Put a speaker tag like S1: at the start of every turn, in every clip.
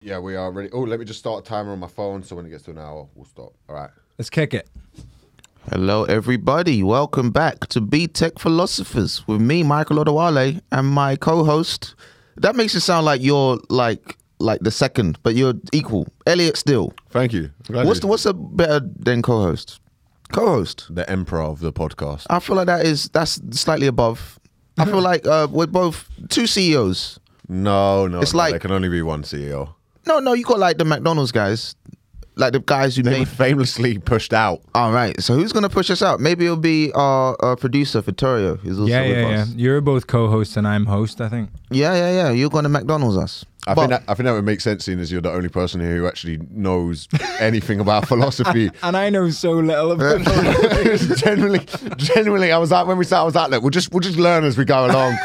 S1: Yeah, we are ready. Oh, let me just start a timer on my phone so when it gets to an hour, we'll stop. All right.
S2: Let's kick it.
S3: Hello, everybody. Welcome back to B Tech Philosophers with me, Michael Odawale, and my co-host. That makes it sound like you're like like the second, but you're equal. Elliot still.
S1: Thank you.
S3: What's the, what's a better than co-host? Co-host.
S1: the emperor of the podcast?
S3: I feel like that is that's slightly above. I feel like uh, we're both two E CEOs.
S1: No, no.
S3: It's
S1: no,
S3: like-
S1: there can only be one E CEO.
S3: No, no, you got like the McDonald's guys, like the guys who
S1: They were
S3: made.
S1: famously pushed out.
S3: All right, so who's gonna push us out? Maybe it'll be our, uh producer Vittorio. Who's also
S2: Yeah,
S3: with
S2: yeah, yeah.
S3: us.
S2: You're both co-host and I'm host, I think.
S3: Yeah, yeah, yeah. You're going to McDonald's us.
S1: I
S3: But-
S1: think that I think that would make sense, seeing as you're the only person here who actually knows anything about philosophy.
S2: And I know so little of it.
S1: generally, generally, I was like when we sat, I was like, look, we'll just we'll just learn as we go along,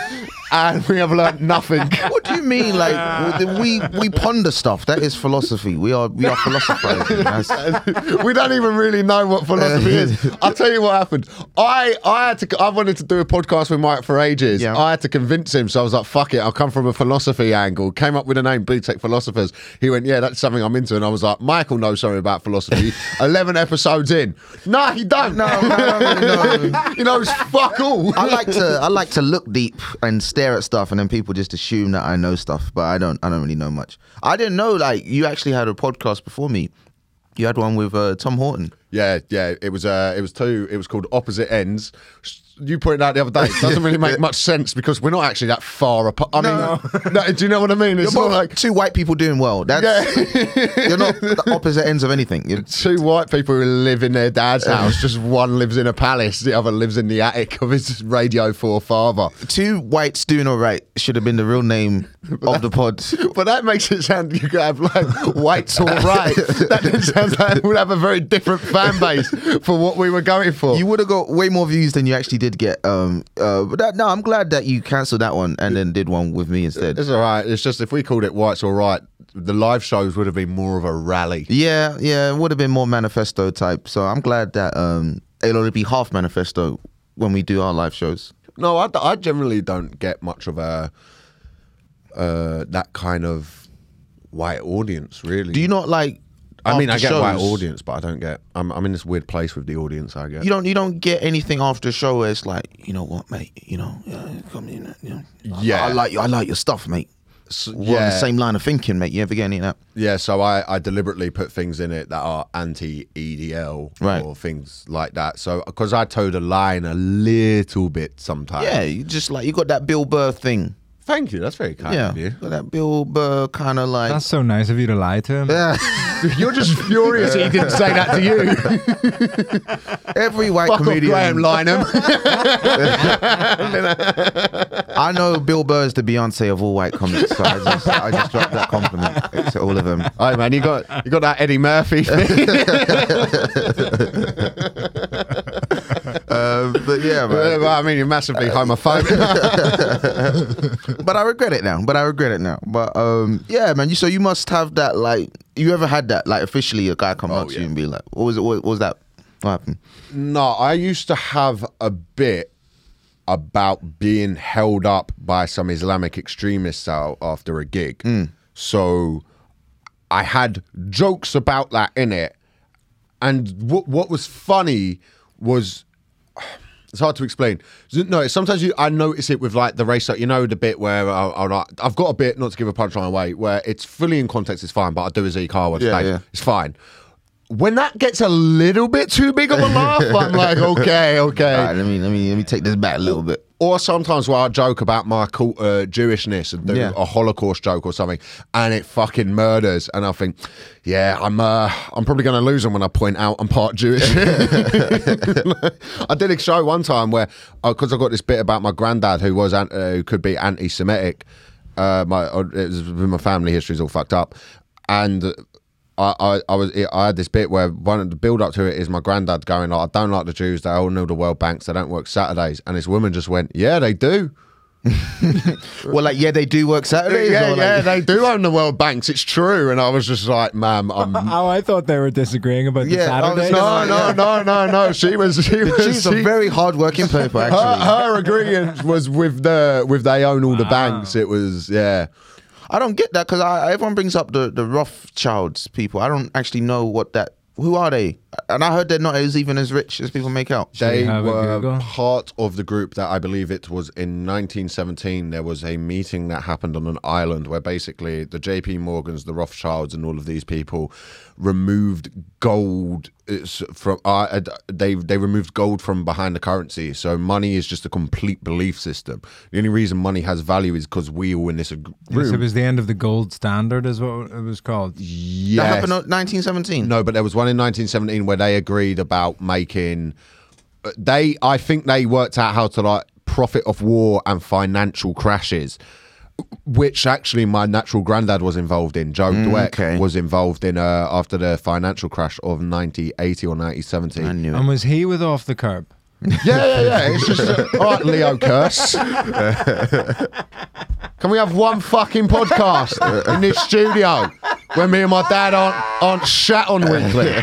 S1: and we have learned nothing.
S3: what do you mean? Like we we ponder stuff. That is philosophy. We are we are philosophizing. That's,
S1: we don't even really know what philosophy is. I'll tell you what happened. I I had to. I wanted to do a podcast with Mike for ages.
S3: Yeah.
S1: I had to convince him, so I was like, "Fuck it, I'll come from a philosophy angle." Came up with the name BTech Philosophers. He went, "Yeah, that's something I'm into," and I was like, "Michael knows something about philosophy." Eleven episodes in, no, he don't.
S3: no, no, no, no, no.
S1: he knows fuck all.
S3: I like to I like to look deep and stare at stuff, and then people just assume that I know stuff, but I don't. I don't really know much. I didn't know like you actually had a podcast before me. You had one with uh, Tom Horton.
S1: Yeah, yeah. It was uh, it was two. It was called Opposite Ends. You pointed out the other day. It doesn't really make much sense because we're not actually that far apart. I mean, no, do you know what I mean? It's
S3: You're
S1: not
S3: both
S1: like
S3: two white people doing well. That's you're not the opposite ends of anything. You're,
S1: two white people who live in their dad's house. Just one lives in a palace, the other lives in the attic of his Radio Four father.
S3: two whites doing all right should have been the real name of the pod.
S1: But that makes it sound you could have like whites all right. That just sounds like we'd have a very different fan base for what we were going for.
S3: You would have got way more views than you actually did get. Um, uh, but that, no, I'm glad that you cancelled that one and then did one with me instead.
S1: it's all right. It's just if we called it whites all right, the live shows would have been more of a rally.
S3: Yeah, yeah, it would have been more manifesto type. So I'm glad that um, it'll only be half manifesto when we do our live shows.
S1: No, I, I generally don't get much of a uh, that kind of white audience. Really,
S3: Do you not like?
S1: I mean, I
S3: after
S1: get white
S3: shows?
S1: audience, but I don't get. I'm, I'm in this weird place with the audience. I get.
S3: You don't. You don't get anything after a show where it's like, you know what, mate? You know, uh, come in. uh, You know, I-
S1: Yeah.
S3: I, like you. I like your stuff, mate.
S1: S-
S3: We're on
S1: yeah,
S3: the same line of thinking, mate. You ever get any of that?
S1: yeah. So I, I deliberately put things in it that are anti EDL
S3: Right.
S1: or things like that. So because I toe the line a little bit sometimes.
S3: Yeah, you just like you got that Bill Burr thing.
S1: Thank you. That's very kind
S3: Yeah,
S1: of you.
S3: got that Bill Burr kind of like.
S2: That's so nice of you to lie to him. Yeah.
S1: You're just furious he didn't say that to you.
S3: Every white
S1: Fuck off,
S3: comedian.
S1: Graham Lynham.
S3: I know Bill Burr is the Beyonce of all white comics, so I just, I just dropped that compliment to all of them.
S1: Oh man, you got you got that Eddie Murphy thing.
S3: Uh, but yeah,
S1: Uh,
S3: man.
S1: well, I mean, you're massively homophobic.
S3: but I regret it now. But I regret it now. But um, yeah, man. You so you must have that like you ever had that like officially a guy come up to you and be like, what was it? What, what was that? What happened?
S1: no, I used to have a bit about being held up by some Islamic extremists out after a gig.
S3: Hmm.
S1: So I had jokes about that in it. And what what was funny was it's hard to explain. No, sometimes you I notice it with like the race. You know the bit where I, I, like- I've got a bit not to give a punchline away, where it's fully in context. It's fine, but I do as a car
S3: Yeah, yeah.
S1: It's fine. When that gets a little bit too big of a laugh, I'm like, okay, okay.
S3: All right, let me let me let me take this back a little bit.
S1: Or sometimes where I joke about my cult, uh, Jewishness and do
S3: Yeah.
S1: a Holocaust joke or something, and it fucking murders. And I think, yeah, I'm uh, I'm probably going to lose them when I point out I'm part Jewish. I did a show one time where, because I got this bit about my granddad who was an- uh, who could be anti-Semitic. Uh, my uh, it was, my family history's all fucked up, and. uh, I, I, I was I had this bit where one of the build up to it is my granddad going like I don't like the Jews they all know the World Banks they don't work Saturdays and this woman just went yeah they do
S3: Well, like yeah, they do work Saturdays.
S1: yeah
S3: or, like,
S1: yeah they do own the World Banks it's true and I was just like ma'am I'm
S2: How Oh, I thought they were disagreeing about the
S3: Yeah, oh, I was-
S2: Saturday.
S1: no no no no no she was she was
S3: She's a
S1: she-
S3: very hard-working people, actually.
S1: Ah. her, her agreement was with the with they own all the banks it was yeah
S3: I don't get that because I, everyone brings up the the Rothschilds people. I don't actually know what that. Who are they? And I heard they're not as even as rich as people make out.
S1: They
S2: we have a
S1: were
S2: Google?
S1: part of the group that I believe it was in 1917. There was a meeting that happened on an island where basically the J.P. Morgans, the Rothschilds, and all of these people removed gold uh, s- from. Uh, uh, d- they they removed gold from behind the currency. So money is just a complete belief system. The only reason money has value is because we all in this ag-
S2: Yes, it
S1: room.
S2: was the end of the gold standard, is what it was called.
S1: Yes.
S3: That happened in 1917.
S1: No, but there was one in 1917 where they agreed about making. uh, They, I think, they worked out how to like profit off war and financial crashes, which actually my natural granddad was involved in. Joe Dweck
S3: okay.
S1: was involved in uh, after the financial crash of 1980 or 1970.
S3: I knew it.
S2: And was he with off the curb?
S1: Yeah, yeah, yeah. It's just uh, all right, Leo Curse. Can we have one fucking podcast in this studio where me and my dad aren't aren't shat on weekly?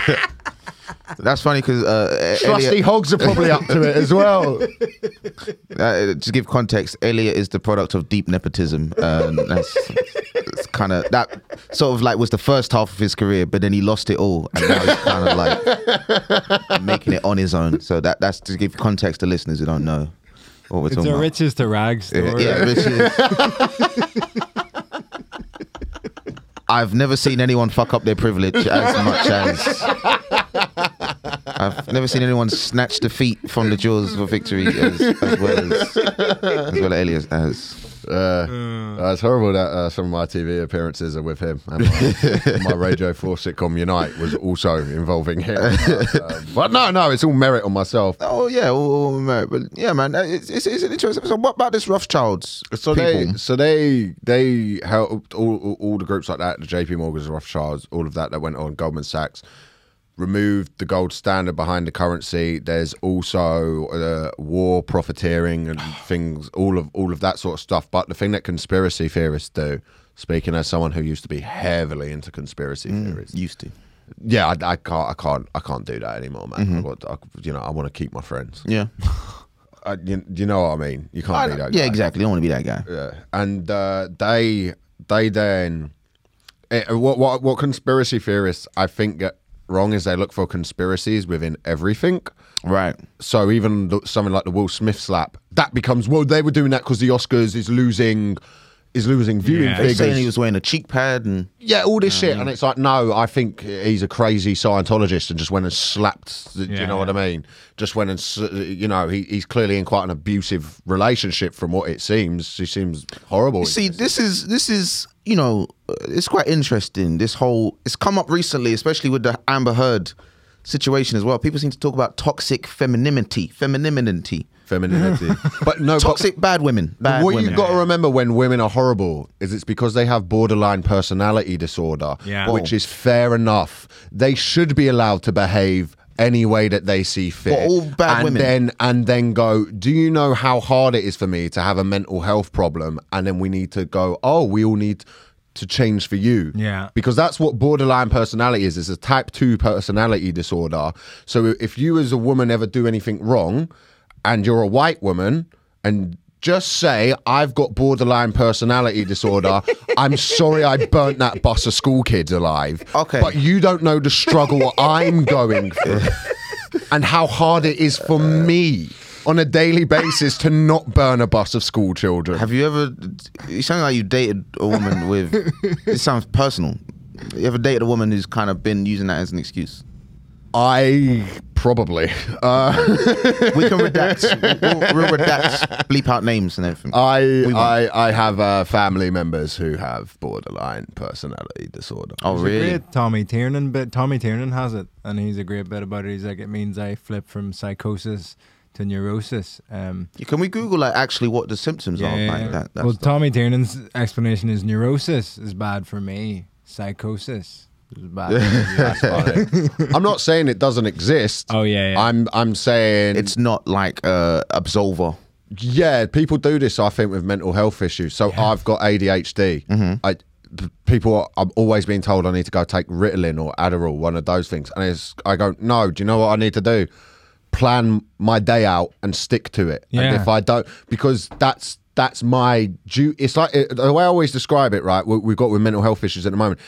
S3: That's funny because uh,
S1: Trusty
S3: Elliot-
S1: hogs are probably up to it as well.
S3: Uh, to give context, Elliot is the product of deep nepotism. Um, that's that's kind of that sort of like was the first half of his career, but then he lost it all, and now he's kind of like making it on his own. So that that's to give context to listeners who don't know what we're
S2: It's
S3: talking
S2: a
S3: about.
S2: riches to rags
S3: yeah,
S2: story.
S3: yeah, Richie. I've never seen anyone fuck up their privilege as much as. I've never seen anyone snatch defeat from the jaws of victory as, as well as as well as Elias has.
S1: Uh, uh, it's horrible that uh, some of my TV appearances are with him. And my, my Radio 4 sitcom Unite was also involving him. Uh, but no, no, it's all merit on myself.
S3: Oh yeah, all, all merit, but yeah, man, uh, it's, it's, it's an interesting. So what about this Rothschilds?
S1: So they,
S3: people?
S1: so they, they helped all, all, all the groups like that, the J.P. Morgan's, Rothschilds, all of that that went on, Goldman Sachs, removed the gold standard behind the currency. There's also uh, war profiteering and things, all of all of that sort of stuff. But the thing that conspiracy theorists do, speaking as someone who used to be heavily into conspiracy
S3: Mm.
S1: theories,
S3: used to.
S1: yeah, I, I can't, I can't, I can't do that anymore, man.
S3: Mm-hmm.
S1: I got, I, you know, I want to keep my friends.
S3: Yeah,
S1: I, you, you know what I mean? You can't
S3: I
S1: do that.
S3: don't- yeah,
S1: guy.
S3: exactly. I don't want to be that guy.
S1: Yeah, and uh, they they then eh, what what what conspiracy theorists I think get wrong is they look for conspiracies within everything.
S3: Right.
S1: So even the, something like the Will Smith slap that becomes well they were doing that because the Oscars is losing is losing viewing
S2: Yeah.
S3: They saying he
S1: figures.
S3: was wearing a cheek pad and
S1: yeah, all this shit, and it's like no, I think he's a crazy Scientologist and just went and slapped. The, do you
S2: Yeah,
S1: know what I mean? Just went and s- you know he, he's clearly in quite an abusive relationship from what it seems. He seems horrible.
S3: See, this is this is you know, uh, it's quite interesting. This whole it's come up recently, especially with the Amber Heard situation as well. People seem to talk about toxic femininity, femininity,
S1: femininity. Oh, but no,
S3: toxic bad women,
S1: but
S3: bad
S1: what
S3: women.
S1: you've got to remember when women are horrible is it's because they have borderline personality disorder,
S2: Yeah.
S3: Oh.
S1: which is fair enough. They should be allowed to behave any way that they see fit.
S3: But all bad
S1: and
S3: women.
S1: then and then go, do you know how hard it is for me to have a mental health problem? And then we need to go, oh, we all need to change for you.
S2: Yeah.
S1: Because that's what borderline personality is. It's a type 2 personality disorder. So if you as a woman ever do anything wrong and you're a white woman and just say, I've got borderline personality disorder. I'm sorry I burnt that bus of school kids alive.
S3: Okay.
S1: But you don't know the struggle I'm going through and how hard it is for me on a daily basis to not burn a bus of school children.
S3: Have you ever? You sound like you dated a woman with. It sounds personal. You ever dated a woman who's kind of been using that as an excuse?
S1: I probably.
S3: We can redact. we'll, we'll redact, bleep out names and everything.
S1: I
S3: won't.
S1: I, I have uh, family members who have borderline personality disorder.
S3: oh
S2: There's a
S3: really?
S2: Great Tommy Tiernan bit. Tommy Tiernan has it, and he's a great bit about it. He's like, it means I flip from psychosis to neurosis. Um,
S3: Can we Google like actually what the symptoms are?
S2: yeah.
S3: Like that, that
S2: well,
S3: stuff?
S2: Tommy Tiernan's explanation is neurosis is bad for me, psychosis is bad. for you.
S1: I'm not saying it doesn't exist.
S2: Oh, yeah, yeah.
S1: I'm I'm saying
S3: it's not like uh, absolver.
S1: yeah. People do this, I think, with mental health issues. So I've got ADHD. I p- people are, I'm always being told I need to go take Ritalin or Adderall, one of those things, and it's I go no. Do you know what I need to do? Plan my day out and stick to it.
S2: Yeah.
S1: And if I don't, because that's that's my duty. It's like it, the way I always describe it, right? What we've got with mental health issues at the moment.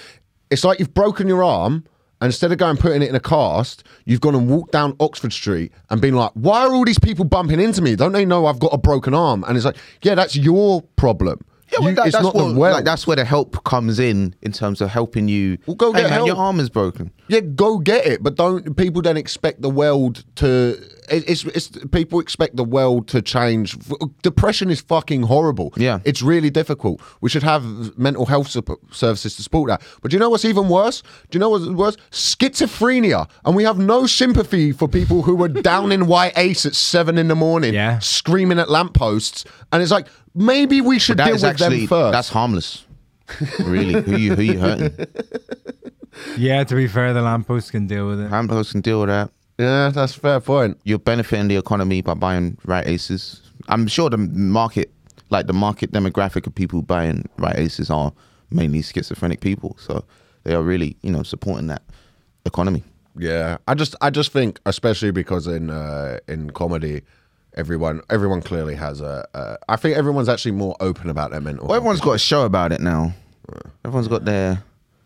S1: It's like you've broken your arm. And instead of going and putting it in a cast, you've gone and walked down Oxford Street and been like, why are all these people bumping into me? Don't they know I've got a broken arm? And it's like, yeah, that's your problem.
S3: Yeah, well,
S1: You-
S3: that-
S1: it's
S3: that's
S1: not
S3: what,
S1: the world.
S3: like, that's where the help comes in in terms of helping you.
S1: Well, go
S3: hey,
S1: get
S3: man,
S1: help.
S3: Your arm is broken.
S1: Yeah, go get it, but don't people don't expect the world to. it- It's it's people expect the world to change. F- Depression is fucking horrible.
S3: Yeah.
S1: it's really difficult. We should have mental health sup- services to support that. But do you know what's even worse? Do you know what's worse? Schizophrenia, and we have no sympathy for people who are down in white ace at seven in the morning,
S2: Yeah.
S1: screaming at lampposts, and it's like maybe we should
S3: That
S1: deal
S3: is
S1: with
S3: actually
S1: them first.
S3: that's harmless. really, who you who you hurting?
S2: Yeah, to be fair, the lamppost can deal with it.
S3: Handpost can deal with that.
S1: yeah, that's a fair point.
S3: You're benefiting the economy by buying right aces. I'm sure the market, like the market demographic of people buying right aces, are mainly schizophrenic people. So they are really, you know, supporting that economy.
S1: Yeah, I just I just think, especially because in uh, in comedy, everyone everyone clearly has a. a I think everyone's actually more open about their mental.
S3: Well,
S1: health.
S3: everyone's got a show about it now. Everyone's got their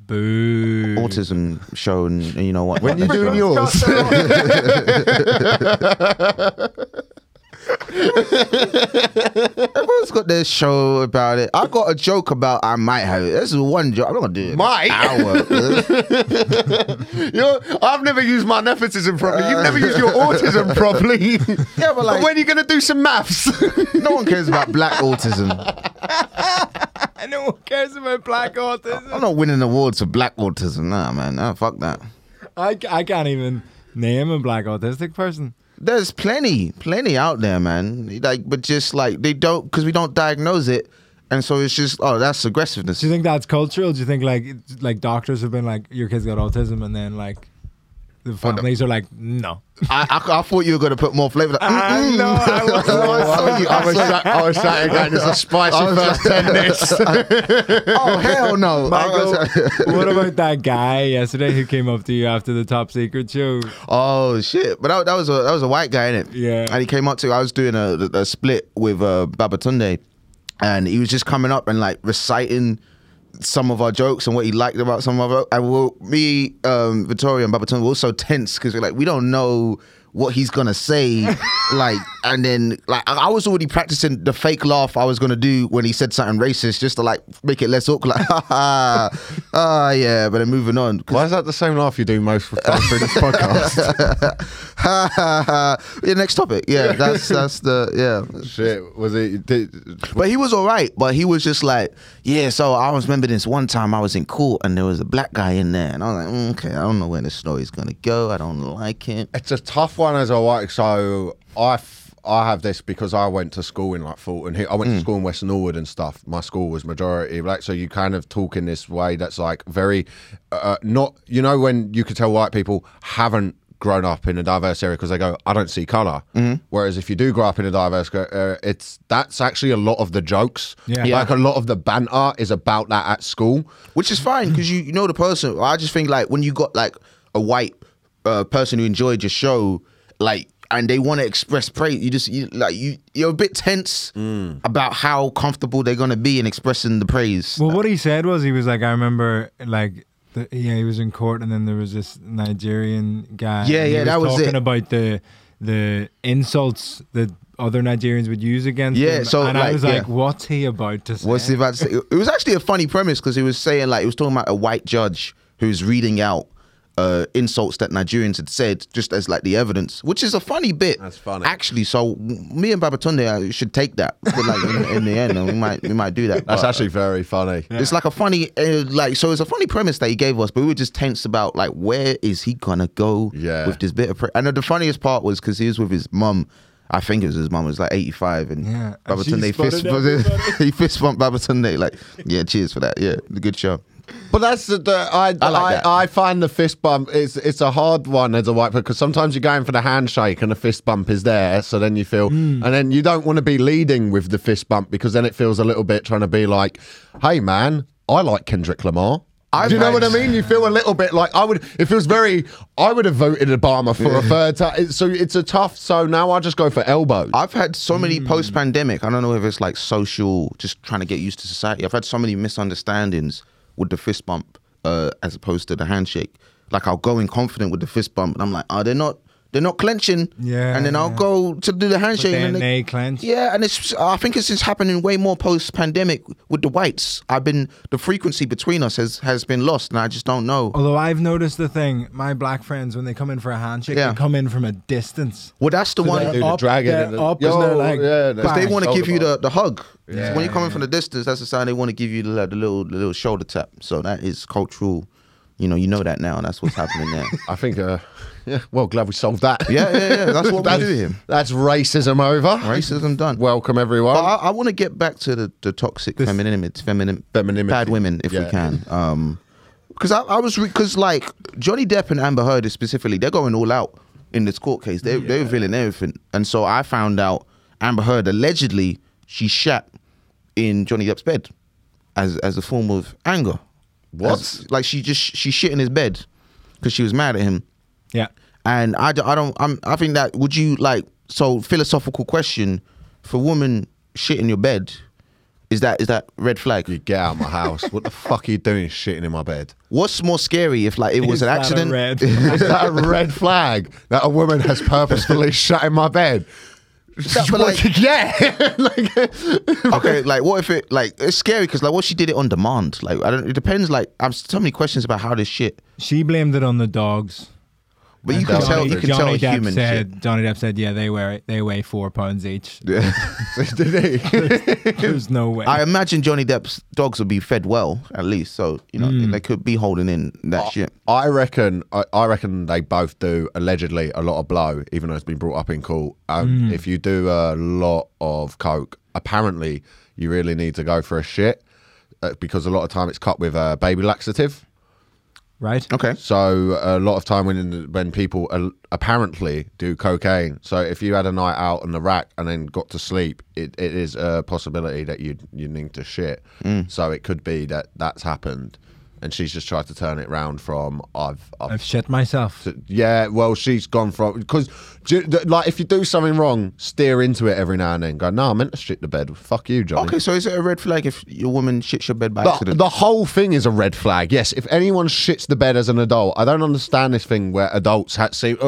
S2: Boo.
S3: autism show, and, and you know what?
S1: when you
S3: what
S1: doing
S3: they're-
S1: yours,
S3: Everyone's got their show about it. I got a joke about I might have it. This is one joke. I'm not gonna do it.
S1: Might?
S3: hour.
S1: You're, I've never used my nepotism properly. You've never used your autism properly.
S3: Yeah, but like-
S1: when are you gonna do some maths?
S3: no one cares about black autism.
S2: And no one cares about black autism.
S3: I'm not winning awards for black autism. Nah, man. Nah, fuck that.
S2: I, I can't even name a black autistic person.
S3: There's plenty, plenty out there, man. Like, but just like they don't, because we don't diagnose it, and so it's just oh, that's aggressiveness.
S2: Do you think that's cultural? Do you think like it's- like doctors have been like your kid's got autism and then like
S3: Oh,
S2: the families are like no.
S3: I, I, I thought you were gonna put more flavor. Like, mm-mm.
S2: no, I was
S1: I was sat, I was sat here going, "There's a spicy first ten minutes."
S3: oh hell no.
S2: Michael, what about that guy yesterday who came up to you after the Top Secret show?
S3: Oh shit! But that, that was a that was a white guy in it.
S2: Yeah.
S3: And he came up to. I was doing a, a split with uh, Babatunde, and he was just coming up and like reciting some of our jokes and what he liked about some of our. And we'll, me, um, Vittoria, and Babatunde were also tense because we're like we don't know what he's gonna say. like, and then like I I was already practicing the fake laugh I was gonna do when he said something racist just to like make it less awkward. Like, ah, ah, yeah. But then moving on. 'cause
S1: Why is that the same laugh you do most of the time through this podcast?
S3: ha ha ha. Yeah, next topic. Yeah, that's that's the yeah.
S1: Shit, was it? Did,
S3: But he was all right. But he was just like, yeah. So I was remember this one time I was in court and there was a black guy in there, and I was like, mm, okay, I don't know where the story's gonna go. I don't like it.
S1: It's a tough one as a white. So I, f- I have this because I went to school in like Fulton. Hill- I went to school in West Norwood and stuff. My school was majority black, so you kind of talk in this way that's like very, uh, not you know when you could tell white people haven't grown up in a diverse area because they go I don't see color. Whereas if you do grow up in a diverse, gr- uh, it's that's actually a lot of the jokes.
S2: Yeah. Yeah.
S1: like a lot of the banter is about that at school.
S3: which is fine because you, you know the person. I just think like when you got like a white uh, person who enjoyed your show, like and they want to express praise, you just you, like you you're a bit tense about how comfortable they're gonna be in expressing the praise.
S2: Well, what he said was he was like, I remember like. The, yeah, he was in court, and then there was this Nigerian guy.
S3: Yeah,
S2: and he
S3: yeah, that was
S2: talking
S3: it.
S2: about the the insults that other Nigerians would use against.
S3: Yeah,
S2: him.
S3: so,
S2: and I
S3: like,
S2: was like,
S3: yeah.
S2: what's he about to say?
S3: What's he about to say? It was actually a funny premise because he was saying like he was talking about a white judge who's reading out uh, insults that Nigerians had said just as like the evidence, which is a funny bit.
S1: That's funny.
S3: actually. So me and Babatunde uh, should take that, but, like in, in the end, and we might we might do that.
S1: That's
S3: but-
S1: actually very funny.
S3: It's like a funny, uh, like so. It's a funny premise that he gave us, but we were just tense about like where is he gonna go
S1: Yeah.
S3: with this bit of. Pre- and the funniest part was because he was with his mum. I think it was his mum. It was like eighty five, and
S2: Yeah, and
S3: Babatunde
S2: she
S3: fist
S2: spotted
S3: he fist bumped Babatunde like yeah, cheers for that. Yeah, good show.
S1: But that's the, the I I,
S3: like that.
S1: I find the fist bump it's it's a hard one as a white person because sometimes you're going for the handshake and the fist bump is there, so then you feel
S2: Hmm.
S1: and then you don't want to be leading with the fist bump because then it feels a little bit trying to be like, hey man, I like Kendrick Lamar.
S3: I
S1: Do you know what I
S3: might-
S1: mean? You feel a little bit like I would. It feels very. I would have voted Obama for a third time. So it's a tough. So now I just go for elbows.
S3: I've had so many
S2: Hmm.
S3: post pandemic. I don't know if it's like social, just trying to get used to society. I've had so many misunderstandings with the fist bump uh, as opposed to the handshake. Like I'll go in confident with the fist bump, and I'm like, oh, they're not, they're not clenching.
S2: Yeah,
S3: And then I'll
S2: yeah.
S3: go to do the handshake,
S2: then
S3: and then
S2: they clench.
S3: Yeah, and it's I think it's just happening way more post pandemic with the whites. I've been the frequency between us has has been lost, and I just don't know.
S2: Although I've noticed the thing, my black friends when they come in for a handshake,
S3: Yeah.
S2: they come in from a distance.
S3: Well, that's the one.
S1: they do the
S2: up,
S1: dragon
S2: they're
S1: and the-
S2: up, and they're
S1: Yo,
S2: like,
S1: yeah, they-
S2: bang.
S3: Because they want to
S1: Shoulder
S3: give you the, the hug.
S1: Yeah.
S3: when you come in from the distance, that's the sign they want to give you the, the little the little shoulder tap. So that is cultural. You know, you know that now. and That's what's happening there.
S1: I think. Uh, yeah. Well, glad we solved that.
S3: Yeah, yeah, yeah. That's what we
S1: that's,
S3: do here.
S1: that's racism over.
S3: Racism done.
S1: Welcome everyone.
S3: But I, I want to get back to the, the toxic femininity, feminine,
S1: Femininity.
S3: bad women, if we
S1: Yeah.
S3: can. Um, because I, I was because like Johnny Depp and Amber Heard specifically, they're going all out in this court case. They they're revealing everything, and so I found out Amber Heard allegedly she shat in Johnny Depp's bed as as a form of anger.
S1: What?
S3: As- like she just she shit in his bed because she was mad at him.
S2: yeah.
S3: And I, d- I don't I'm I think that would you like so philosophical question for woman shit in your bed is that is that red flag?
S1: you get out of my house. what the fuck are you doing? Shitting in my bed.
S3: What's more scary if like it
S2: Is
S3: was an
S2: that a
S3: accident?
S2: red?
S1: Is that a red flag that a woman has purposefully shut in my bed?
S3: That- but like-
S1: yeah. like,
S3: okay, like what if it like it's scary because like what she did it on demand. Like I don't. It depends. Like I'm so many questions about how this shit.
S2: She blamed it on the dogs.
S3: But you
S1: And
S3: can
S1: Johnny-
S3: tell. You can tell a
S2: uh, Depp
S3: human
S2: said,
S3: shit.
S2: Johnny Depp said, yeah, they wear it. They weigh four pounds each.
S1: did he?
S2: There's no way.
S3: I imagine Johnny Depp's dogs would be fed well at least, so you know
S2: Mm.
S3: they could be holding in that shit.
S1: I reckon. I, I reckon they both do allegedly a lot of blow, even though it's been brought up in court.
S3: Mm.
S1: Um, If you do a lot of coke, apparently you really need to go for a shit uh, because a lot of time it's cut with a baby laxative.
S2: right?
S3: Okay.
S1: So a lot of time when when people al- apparently do cocaine. So if you had a night out on the rack and then got to sleep, it, it is a possibility that you you need to shit. So it could be that that's happened, and she's just tried to turn it round from I've
S2: I've
S1: I've.
S2: shit myself.
S1: Yeah, well, she's gone from because, like, if you do something wrong, steer into it every now and then. Go, no, I meant to shit the bed. Fuck you, Johnny.
S3: Okay, so is it a red flag if your woman shits your bed by
S1: The,
S3: accident?
S1: the whole thing is a red flag. Yes, if anyone shits the bed as an adult, I don't understand this thing where adults had see. Uh,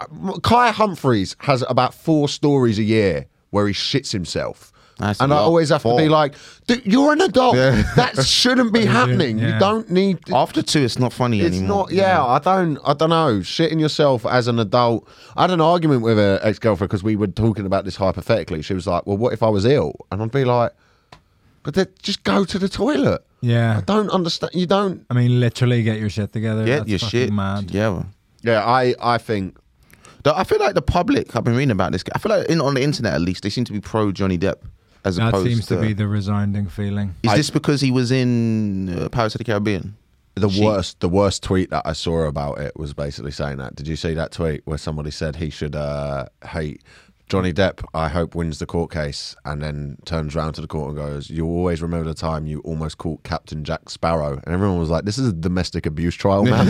S1: uh, Kaya Humphreys has about four stories a year where he shits himself.
S3: That's
S1: and
S3: a
S1: I
S3: lot.
S1: always have to be
S3: Four.
S1: like, Dude, "You're an adult. That shouldn't be happening. You
S2: yeah.
S1: don't need.
S3: After two, it's not funny
S1: It's
S3: anymore.
S1: not. Yeah, I don't. I don't know. Shitting yourself as an adult. I had an argument with an ex girlfriend because we were talking about this hypothetically. She was like, "Well, what if I was ill?" And I'd be like, "But then just go to the toilet." I
S2: Yeah.
S1: don't understand. You don't.
S2: I mean, literally get your shit together.
S3: Get
S2: That's
S3: your
S2: fucking
S3: shit.
S2: Mad.
S3: Yeah. well.
S1: Yeah, I I think
S3: Though I feel like the public. I've been reading about this. I feel like in, on the internet, at least, they seem to be pro Johnny Depp. As
S2: That
S3: opposed
S2: seems to be the resounding feeling.
S3: Is
S1: I-
S3: this because he was in uh, Pirates of the Caribbean?
S1: the
S3: She-
S1: worst the worst tweet that I saw about it was basically saying that. Did you see that tweet where somebody said he should uh hate Johnny Depp, I hope wins the court case, and then turns round to the court and goes, "You'll always remember the time you almost caught Captain Jack Sparrow." And everyone was like, "This is a domestic abuse trial, man.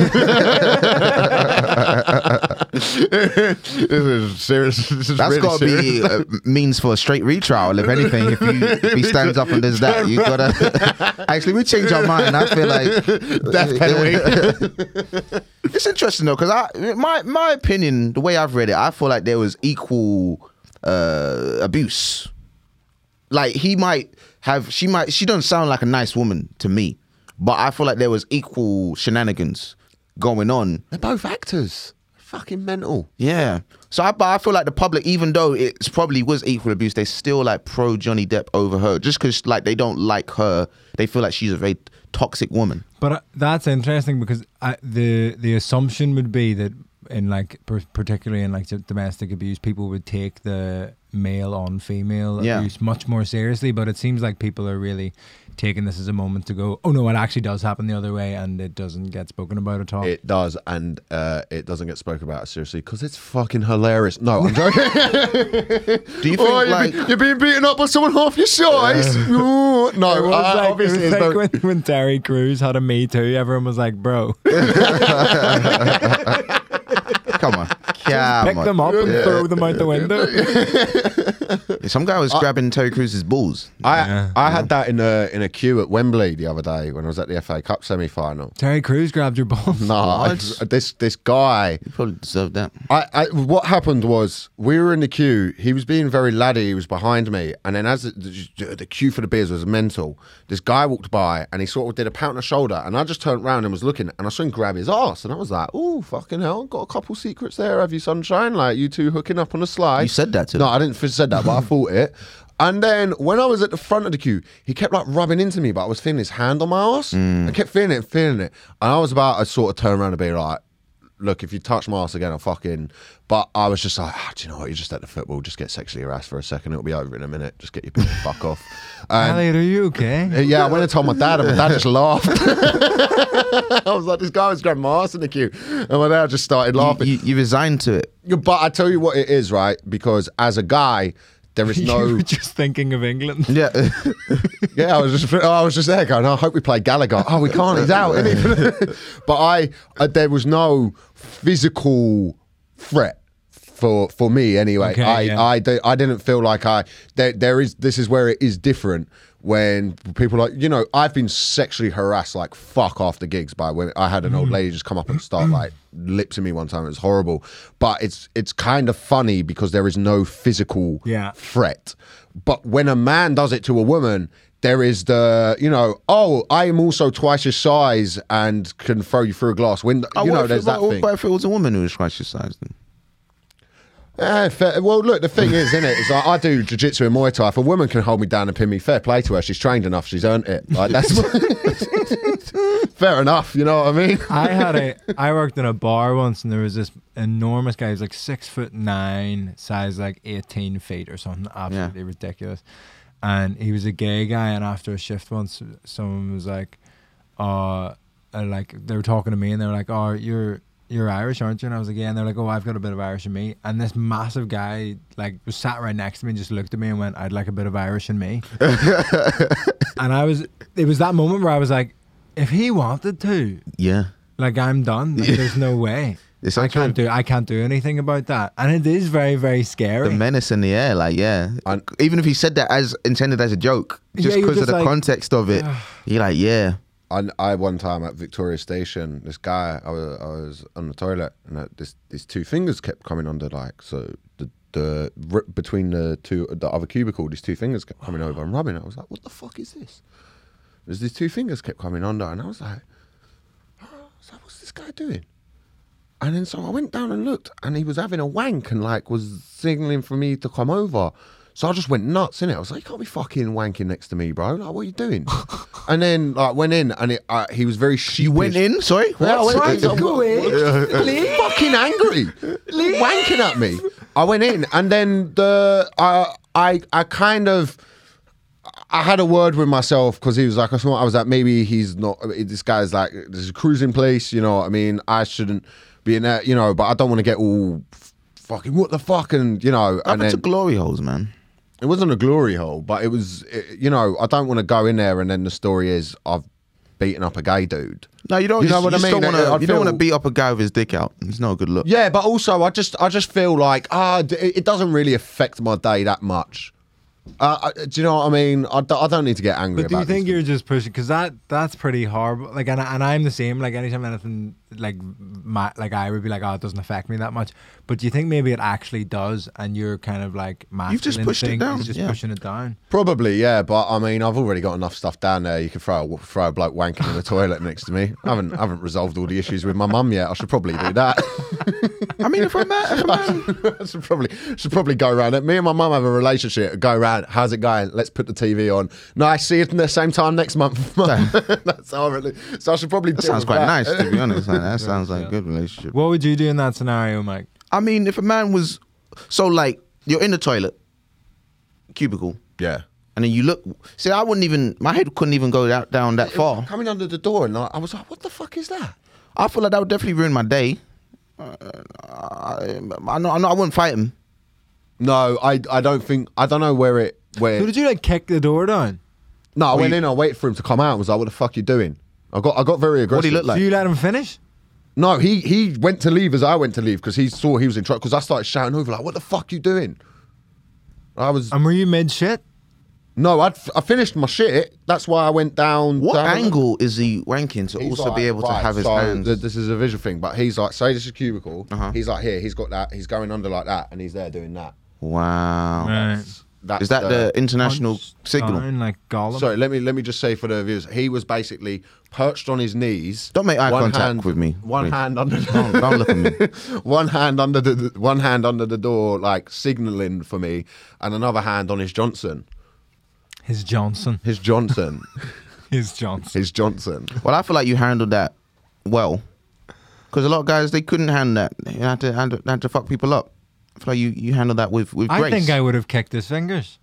S1: this is serious. This is
S3: That's
S1: really
S3: got to
S1: serious.
S3: be uh, means for a straight retrial, if anything. If, you, if he stands up and does that, you gotta. Actually, we change our mind. I feel like
S1: death penalty."
S3: It's interesting though, because I my my opinion, the way I've read it, I feel like there was equal uh, abuse. Like he might have, she might, she doesn't sound like a nice woman to me, but I feel like there was equal shenanigans going on.
S1: They're both actors. Fucking mental.
S3: Yeah. So I, but I feel like the public, even though it's probably was equal abuse, they still like pro Johnny Depp over her, just because like they don't like her, they feel like she's a very toxic woman.
S2: But uh, that's interesting because I, the the assumption would be that in like per- particularly in like domestic abuse, people would take the male on female
S3: Yeah.
S2: abuse much more seriously, but it seems like people are really taking this as a moment to go, oh no, it actually does happen the other way and it doesn't get spoken about at all.
S1: It does, and uh, it doesn't get spoken about seriously because it's fucking hilarious. No, I'm joking.
S3: Do you think
S1: Oh, you're,
S3: like
S1: be- you're being beaten up by someone half your size. Ooh. No,
S2: It was
S1: uh,
S2: like,
S1: obviously
S2: it was
S1: it's
S2: like
S1: no-
S2: when, when Terry Crews had a Me Too, everyone was like, bro,
S3: come on, come
S2: pick
S3: on.
S2: them up and throw them out the window.
S3: Some guy was grabbing Terry Cruz's balls.
S1: I
S2: Yeah.
S1: I had that in a in a queue at Wembley the other day when I was at the FA Cup semi final.
S2: Terry Crews grabbed your balls.
S1: No, I,
S3: What?
S1: this this guy.
S3: You probably deserved that.
S1: I, I what happened was we were in the queue. He was being very laddie. He was behind me, and then as the, the, the queue for the beers was mental, this guy walked by and he sort of did a pat on the shoulder, and I just turned around and was looking, and I saw him grab his ass, and I was like, "Oh fucking hell, got a couple secrets there, have you, sunshine? Like you two hooking up on the slide."
S3: You said that to
S1: No,
S3: him.
S1: I didn't f- said that, but I thought it. And then when I was at the front of the queue, he kept like rubbing into me, but I was feeling his hand on my ass.
S2: Mm.
S1: I kept feeling it, and feeling it, and I was about to sort of turn around and be like, "Look, if you touch my ass again, I'll fucking." But I was just like, ah, "Do you know what? You're just at the football. Just get sexually harassed for a second. It'll be over in a minute. Just get your pick and fuck off." And uh,
S2: Elliot, are you okay?
S1: yeah, I went and told my dad, and my dad just laughed. I was like, "This guy was grabbing my ass in the queue," and my dad just started laughing.
S3: You, you resigned to it.
S1: But I tell you what it is, right? Because as a guy, there is
S2: You
S1: no.
S2: were just thinking of England.
S3: Yeah.
S1: yeah, I was just, oh, I was just there going. I hope we play Gallagher. Oh, we can't. He's out. Isn't he? but I, uh, there was no physical threat. For, for me anyway
S2: Okay,
S1: I,
S2: yeah.
S1: I, di- I didn't feel like I there, there is this is where it is different when people like you know I've been sexually harassed like fuck after gigs by women I had an old lady just come up and start like lips in me one time it was horrible but it's it's kind of funny because there is no physical
S2: Yeah.
S1: threat. But when a man does it to a woman, there is the, you know, oh, I am also twice your size and can throw you through a glass window.
S3: Oh,
S1: you
S3: what
S1: know,
S3: if
S1: there's
S3: it,
S1: that
S3: what,
S1: thing.
S3: What if it was a woman who was twice your size? Then?
S1: Eh, fair- well, look, the thing is, innit, is like, I do jiu-jitsu and Muay Thai. If a woman can hold me down and pin me, fair play to her. She's trained enough. She's earned it. Like, that's... fair enough. You know what I mean?
S2: I had a I worked in a bar once and there was this enormous guy who's like six foot nine, size like eighteen feet or something, absolutely ridiculous. And he was a gay guy and after a shift once someone was like, uh and like they were talking to me and they were like, Oh, you're you're Irish, aren't you? And I was like, Yeah, and they're like, Oh, I've got a bit of Irish in me and this massive guy like was sat right next to me and just looked at me and went, I'd like a bit of Irish in me And I was it was that moment where I was like, if he wanted to,
S3: Yeah.
S2: like I'm done. Like, There's no way.
S3: It's
S2: I
S3: not
S2: can't do. I can't do anything about that. And it is very, very
S3: The
S2: scary.
S3: menace in the air, like yeah.
S1: And-
S3: Even if he said that as intended as a joke,
S2: Yeah,
S3: just
S2: you're
S3: because
S2: just
S3: of the
S2: like-
S3: context of it, you're like, yeah,
S1: I, I one time at Victoria Station, this guy, I was, I was on the toilet, and I, this these two fingers kept coming under, like so the the r- between the two the other cubicle, these two fingers kept coming over and rubbing. I was like, what the fuck is this? There's these two fingers kept coming under, and I was like, I was like, what's this guy doing? And then so I went down and looked, and he was having a wank and like was signaling for me to come over. So I just went nuts in it. I was like, "You can't be fucking wanking next to me, bro! Like, what are you doing?" and then like went in, and it, uh, he was very sheepish.
S3: you went in. Sorry,
S1: Yeah, I
S3: What?
S1: went in. So- fucking angry, wanking at me. I went in, and then the I I I kind of I had a word with myself because he was like, I thought I was like, maybe he's not. This guy's like, this is a cruising place, you know what I mean? I shouldn't be in there, you know. But I don't want to get all f- fucking what the fuck, and you know. And
S3: What happened to
S1: then,
S3: glory holes, man?
S1: it wasn't a glory hole, but it was, it, you know, I don't want to go in there, and then the story is I've beaten up a gay dude.
S3: No, you don't.
S1: You know what I
S3: just
S1: mean?
S3: Don't wanna,
S1: I- I
S3: you don't want to
S1: feel-
S3: beat up a guy with his dick out. It's not a good look.
S1: Yeah, but also I just I just feel like ah, d- it it doesn't really affect my day that much. Uh, I- do you know what I mean? I, d- I don't need to get angry.
S2: But do you
S1: about these
S2: think you're just pushing? Because that that's pretty horrible. Like, and, I- and I'm the same. Like, anytime anything like my like I would be like, oh, it doesn't affect me that much. But do you think maybe it actually does? And you're kind of like masculine
S3: just pushed it
S2: thing
S3: down,
S2: Is just
S3: yeah.
S2: pushing it down.
S1: Probably, yeah, but I mean, I've already got enough stuff down there. You can throw a, throw a bloke wanking in the toilet next to me. I haven't I haven't resolved all the issues with my mum yet. I should probably do that.
S3: I mean, if a man, if a man,
S1: I should probably should probably go around it. Me and my mum have a relationship. Go round. How's it going? Let's put the TV on. No, I see it at the same time next month. Mum. That's our rela- So I should probably.
S3: that sounds quite nice to be honest. Like, that sounds like a good relationship.
S2: What would you do in that scenario, Mike?
S3: I mean, if a man was so like you're in the toilet, cubicle,
S1: Yeah.
S3: and then you look. See, I wouldn't even. My head couldn't even go that, down that far.
S1: Coming under the door, and I, I was like, what the fuck is that?
S3: I feel like that would definitely ruin my day. Uh, I, I know. I know. I wouldn't fight him.
S1: No, I I don't think I don't know where it where.
S2: Who did you like kick the door down?
S1: no, I went
S3: you-
S1: in. I waited for him to come out. and Was like, what the fuck you doing? I got I got very aggressive.
S3: What'd he look like?
S2: Do you let him finish?
S1: No, he he went to leave as I went to leave because he saw he was in trouble. Because I started shouting over like, "What the fuck you doing?" I
S3: Um,
S1: was
S2: And were you mid shit?
S1: no, I'd, f- I finished my shit. That's why I went down.
S3: What
S1: down-
S3: angle is he wanking to
S1: He's
S3: also
S1: like,
S3: be able to
S1: right,
S3: have his
S1: so
S3: hands? Uh-huh.
S1: th- this is a visual thing, but he's like, say this is cubicle. He's like here. He's got that. He's going under like that, and he's there doing that.
S3: wow.
S2: Right.
S1: That's
S3: Is that the international
S2: Punch
S3: signal?
S2: down like Gollum.
S1: Sorry, let me let me just say for the viewers, he was basically perched on his knees.
S3: Don't make eye
S1: one
S3: contact
S1: hand-
S3: with me,
S1: One
S3: please.
S1: hand under the,
S3: Don't, don't look at me.
S1: one hand under the one hand under the door, like signaling for me, and another hand on his Johnson.
S2: His Johnson.
S1: His Johnson.
S2: His Johnson.
S1: his Johnson.
S3: Well, I feel like you handled that well, because a lot of guys they couldn't handle that. You had to handle, had to fuck people up. I feel like you you handled that with with grace.
S2: I think I would have kicked his fingers.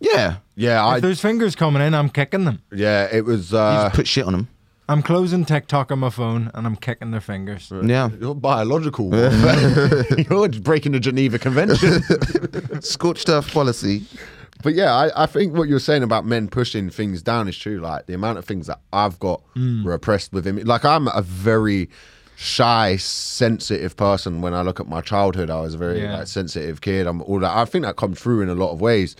S3: yeah.
S1: Yeah,
S2: If
S1: I
S2: there's fingers coming in, I'm kicking them.
S1: yeah, it was
S3: You
S1: uh
S3: just put shit on them.
S2: I'm closing TikTok on my phone and I'm kicking their fingers.
S3: Yeah.
S1: you're biological. warfare. you're breaking the Geneva Convention.
S3: Scorched earth policy.
S1: but yeah, I, I think what you were saying about men pushing things down is true. Like the amount of things that I've got
S2: Mm.
S1: repressed within me. Like I'm a very shy, sensitive person. When I look at my childhood, I was a very
S2: Yeah.
S1: like, sensitive kid. I'm all that. I think that comes through in a lot of ways.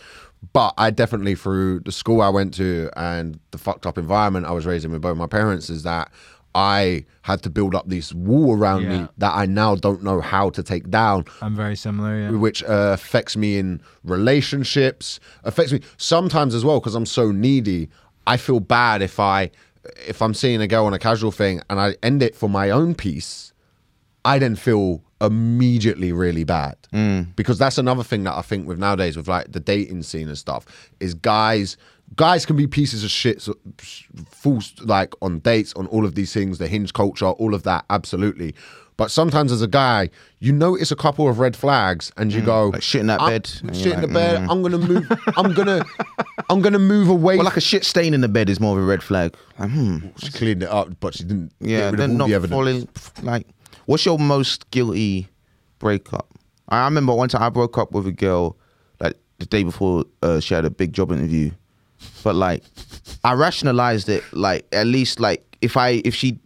S1: But I definitely through the school I went to and the fucked up environment I was raised in with both my parents is that I had to build up this wall around
S2: Yeah.
S1: me that I now don't know how to take down
S2: I'm very similar, yeah.
S1: which uh, affects me in relationships affects me sometimes as well because i'm so needy i feel bad if i if i'm seeing a girl on a casual thing and i end it for my own peace i then feel immediately really bad
S3: Mm.
S1: because that's another thing that i think with nowadays with like the dating scene and stuff is guys guys can be pieces of shit so, full like on dates on all of these things the hinge culture all of that absolutely but sometimes as a guy you notice a couple of red flags and you go
S3: Mm. Like shit in that
S1: I'm-
S3: bed. And
S1: shit
S3: you're
S1: in the
S3: like, mm.
S1: bed i'm gonna move i'm gonna i'm gonna move away
S3: Well, like a shit stain in the bed is more of a red flag. Like, hmm.
S1: she cleaned it up but she didn't
S3: Yeah.
S1: get rid of
S3: Then
S1: all
S3: not
S1: the evidence
S3: falling. Like, what's your most guilty breakup? I I remember one time I broke up with a girl like the day before uh, she had a big job interview, but like I rationalized it. Like at least like if I if she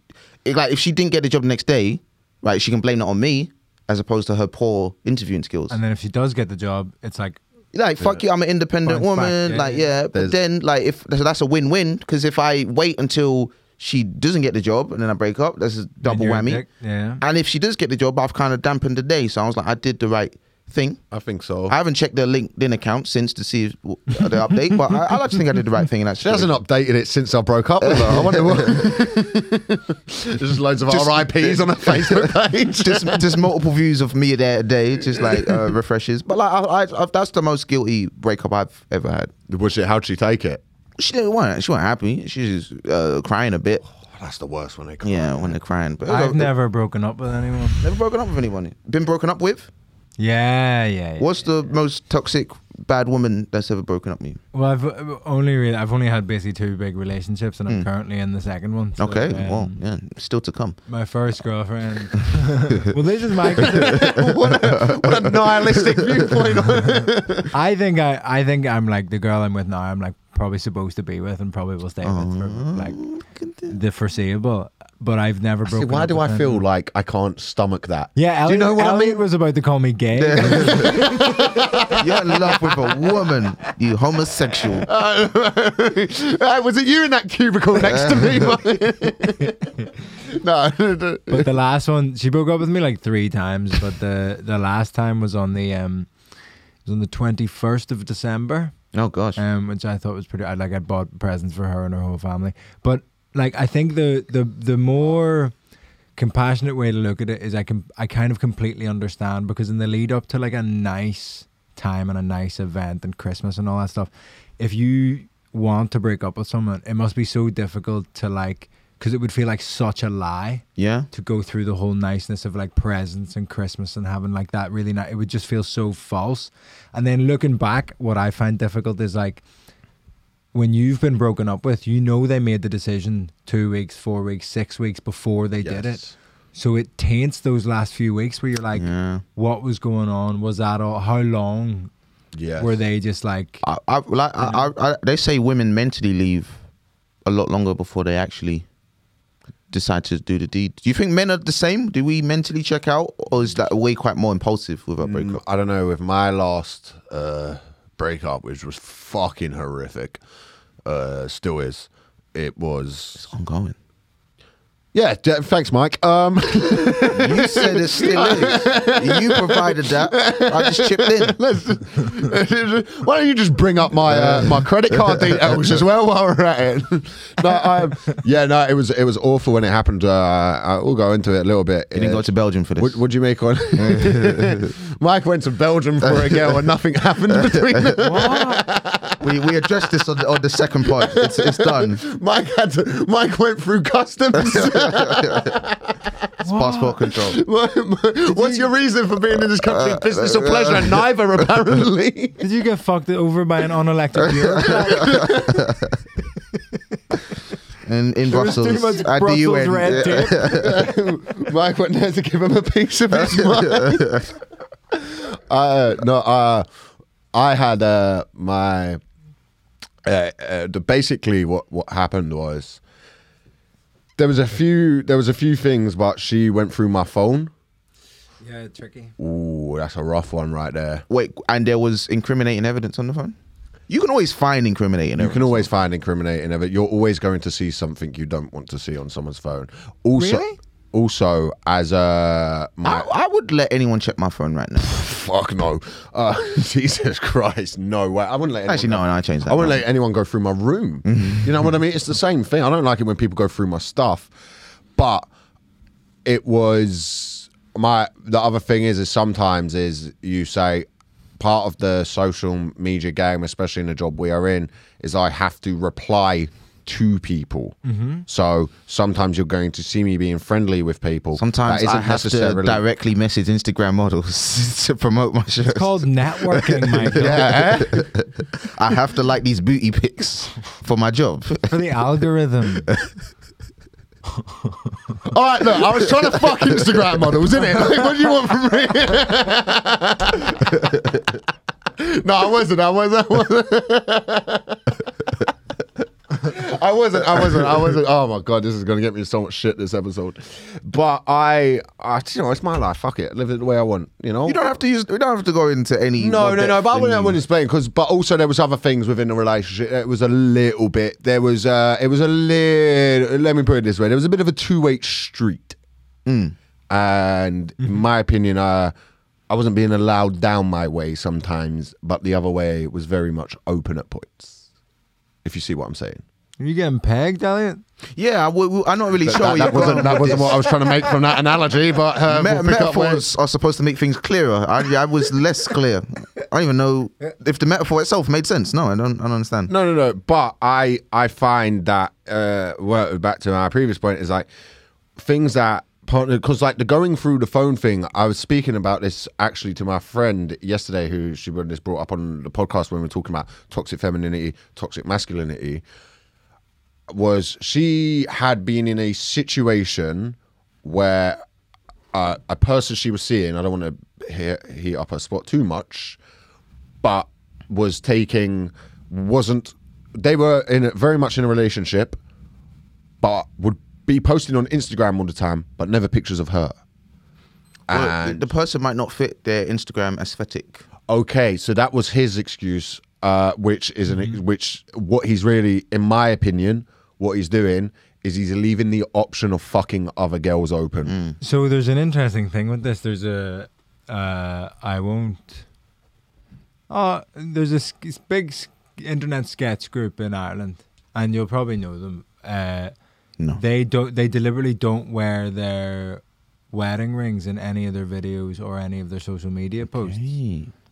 S3: it, like if she didn't get the job the next day, right, she can blame that on me as opposed to her poor interviewing skills.
S2: And then if she does get the job, it's like
S3: like fuck you, I'm an independent
S2: Bounce back,
S3: woman.
S2: yeah,
S3: like
S2: yeah.
S3: yeah, but
S1: There's-
S3: then like if so that's a win-win because if I wait until she doesn't get the job and then I break up, that's a double
S2: you're a
S3: whammy.
S2: dick, yeah.
S3: And if she does get the job, I've kind of dampened the day. So I was like, I did the right thing.
S1: i think so
S3: I haven't checked their LinkedIn account since to see if, w- uh, the update, but I, I like to think I did the right thing. And
S1: she hasn't updated it since I broke up with her. I wonder what. There's just loads of
S3: Just-
S1: RIPs on her Facebook page.
S3: just just multiple views of me there a day, just like uh, refreshes. But like, I, I, I, that's the most guilty breakup I've ever had.
S1: Was it? How'd she take it?
S3: She didn't want. it. She wasn't happy. She was uh, crying a bit.
S1: Oh, that's the worst when they come.
S3: Yeah, when they're crying. But it was
S2: I've
S3: a-
S2: never broken up with anyone.
S3: Never broken up with anyone. Been broken up with?
S2: Yeah, yeah. yeah.
S3: What's the most toxic bad woman that's ever broken up with you?
S2: Well, I've uh, only really, I've only had basically two big relationships, and I'm currently in the second one. so,
S3: Hmm. Okay,
S2: um,
S3: well, yeah, still to come.
S2: My first girlfriend. well, this is my.
S1: what, a, what a nihilistic viewpoint.
S2: I think I, I think I'm like the girl I'm with now. I'm like probably supposed to be with, and probably will stay with for
S3: Oh.
S2: like the foreseeable. But I've never
S1: See,
S2: broken.
S1: why
S2: up
S1: do
S2: with
S1: I
S2: anyone.
S1: feel like I can't stomach that?
S2: Yeah, Elliot,
S1: do you know what I
S2: Elliot
S1: mean?
S2: was about to call me gay.
S3: You're in love with a woman, you homosexual.
S1: Uh, was it you in that cubicle next to me? no,
S2: but the last one, she broke up with me like three times. But the the last time was on the um, it was on the twenty first of December,
S3: Oh gosh.
S2: um, which I thought was pretty. I like I bought presents for her and her whole family. But like I think the the the more compassionate way to look at it is I can I kind of completely understand because in the lead up to like a nice time and a nice event and Christmas and all that stuff, if you want to break up with someone, it must be so difficult to like because it would feel like such a lie
S3: Yeah.
S2: to go through the whole niceness of like presents and Christmas and having like that really nice. It would just feel so false. And then looking back, what I find difficult is like when you've been broken up with, you know they made the decision two weeks, four weeks, six weeks before they did it.
S1: Yes.
S2: So it taints those last few weeks where you're like,
S3: Yeah.
S2: what was going on? Was that all? How long
S1: Yes.
S2: were they just like?
S3: I, I, like, I, I, I, they say women mentally leave a lot longer before they actually decide to do the deed. Do you think men are the same? Do we mentally check out, or is that way quite more impulsive with our breakup?
S1: I don't know. With my last uh, breakup, which was fucking horrific, uh, still is. It was.
S3: It's ongoing.
S1: Yeah. d- Thanks, Mike. Um,
S3: You said it still is. You provided that. I just chipped in.
S1: let's. why don't you just bring up my uh, my credit card details as well while we're at it? no, I, yeah. No, it was it was awful when it happened. Uh, I, we'll go into it a little bit.
S3: You didn't
S1: Uh,
S3: go to Belgium for this.
S1: What, what'd you make on? Mike went to Belgium for a girl and nothing happened between them.
S3: we, we addressed this on the, on the second part. It's, it's done.
S1: Mike had to, Mike went through customs.
S3: It's passport control.
S1: What's your reason for being in this country? Business or pleasure? Neither, apparently.
S2: Did you get fucked over by an unelected bureaucrat?
S3: In, in
S2: There was
S3: Brussels.
S2: too much
S3: at the uh,
S2: Brussels
S3: UN.
S2: red tape.
S1: Mike went there to give him a piece of his mind. uh, no, uh, I had uh, my. Uh, uh, the, basically, what what happened was there was a few there was a few things, but she went through my phone.
S2: yeah, tricky.
S1: Ooh, that's a rough one right there.
S3: Wait, and there was incriminating evidence on the phone? You can always find incriminating
S1: You
S3: evidence.
S1: can always find incriminating of it. You're always going to see something you don't want to see on someone's phone. Also,
S2: Really?
S1: also as a my,
S3: I, I would let anyone check my phone right now.
S1: fuck no, uh, Jesus Christ, no way. I wouldn't let anyone
S3: Actually, no,
S1: go-
S3: no, I changed that.
S1: I wouldn't
S3: now.
S1: let anyone go through my room.
S3: Mm-hmm.
S1: you know what I mean? It's the same thing. I don't like it when people go through my stuff, but it was my. The other thing is, is sometimes is you say part of the social media game, especially in the job we are in, is I have to reply to people.
S3: Mm-hmm.
S1: So sometimes you're going to see me being friendly with people.
S3: Sometimes I have to directly message Instagram models to promote my shows.
S2: It's called networking, Michael.
S1: Yeah, eh?
S3: I have to like these booty pics for my job.
S2: For the algorithm.
S1: All right, look, I was trying to fuck Instagram models, innit? Like, what do you want from me? no, I wasn't. I wasn't. I wasn't. I wasn't. I wasn't. I wasn't. Oh my god, this is gonna get me so much shit this episode. But I, I you know, it's my life. Fuck it. Live it the way I want. You know.
S3: You don't have to use. We don't have to go into any.
S1: No,
S3: more
S1: no, no.
S3: depth
S1: But I
S3: than
S1: wouldn't, I
S3: you-
S1: wouldn't explain because. But also, there was other things within the relationship. It was a little bit. There was. Uh, it was a little. Let me put it this way. There was a bit of a two-way street,
S3: Hmm.
S1: and
S3: Mm-hmm.
S1: in my opinion, uh, I wasn't being allowed down my way sometimes, but the other way was very much open at points. If you see what I'm saying.
S2: Are you getting pegged, Elliot?
S3: Yeah, I, w- w- I'm not really sure.
S1: that,
S3: where
S1: that
S3: you're
S1: wasn't.
S3: going
S1: That
S3: with
S1: wasn't
S3: this.
S1: what I was trying to make from that analogy, but uh,
S3: Me-
S1: we'll pick up where-
S3: metaphors are supposed to make things clearer. I, I was less clear. I don't even know if the metaphor itself made sense. No, I don't. I don't understand.
S1: No, no, no. But I I find that uh well back to my previous point is like things that partner because like the going through the phone thing. I was speaking about this actually to my friend yesterday, who she brought this brought up on the podcast when we were talking about toxic femininity, toxic masculinity. Was she had been in a situation where uh, a person she was seeing, I don't want to heat, heat up her spot too much, but was taking wasn't they were in a, very much in a relationship but would be posting on instagram all the time but never pictures of her
S3: Well, the-
S1: and
S3: the person might not fit their Instagram aesthetic.
S1: okay so that was his excuse uh, which is an ex which what he's really in my opinion what he's doing is he's leaving the option of fucking other girls open
S2: So there's an interesting thing with this. There's a uh, I won't. Uh, there's a sk- s- big s- internet sketch group in Ireland, and you'll probably know them. Uh,
S3: No.
S2: They don't. They deliberately don't wear their wedding rings in any of their videos or any of their social media posts,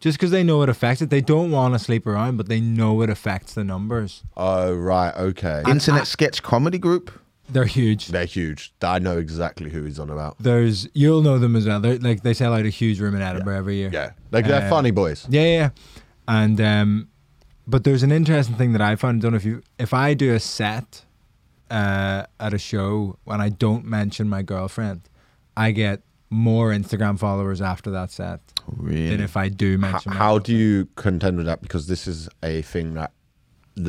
S2: just because they know it affects it. They don't want to sleep around, but they know it affects the numbers.
S1: oh right okay
S3: Internet sketch comedy group.
S2: They're huge.
S1: They're huge. I know exactly who he's on about.
S2: There's you'll know them as well. They're, like they sell out a huge room in Edinburgh every year.
S1: Yeah, like they're
S2: Um,
S1: funny boys.
S2: Yeah, yeah, yeah. And um, but there's an interesting thing that I found. Don't know if you if I do a set uh, at a show and I don't mention my girlfriend, I get more Instagram followers after that set than
S3: Really?
S2: if I do
S1: H-
S2: mention. my
S1: how do you contend with that? Because this is a thing that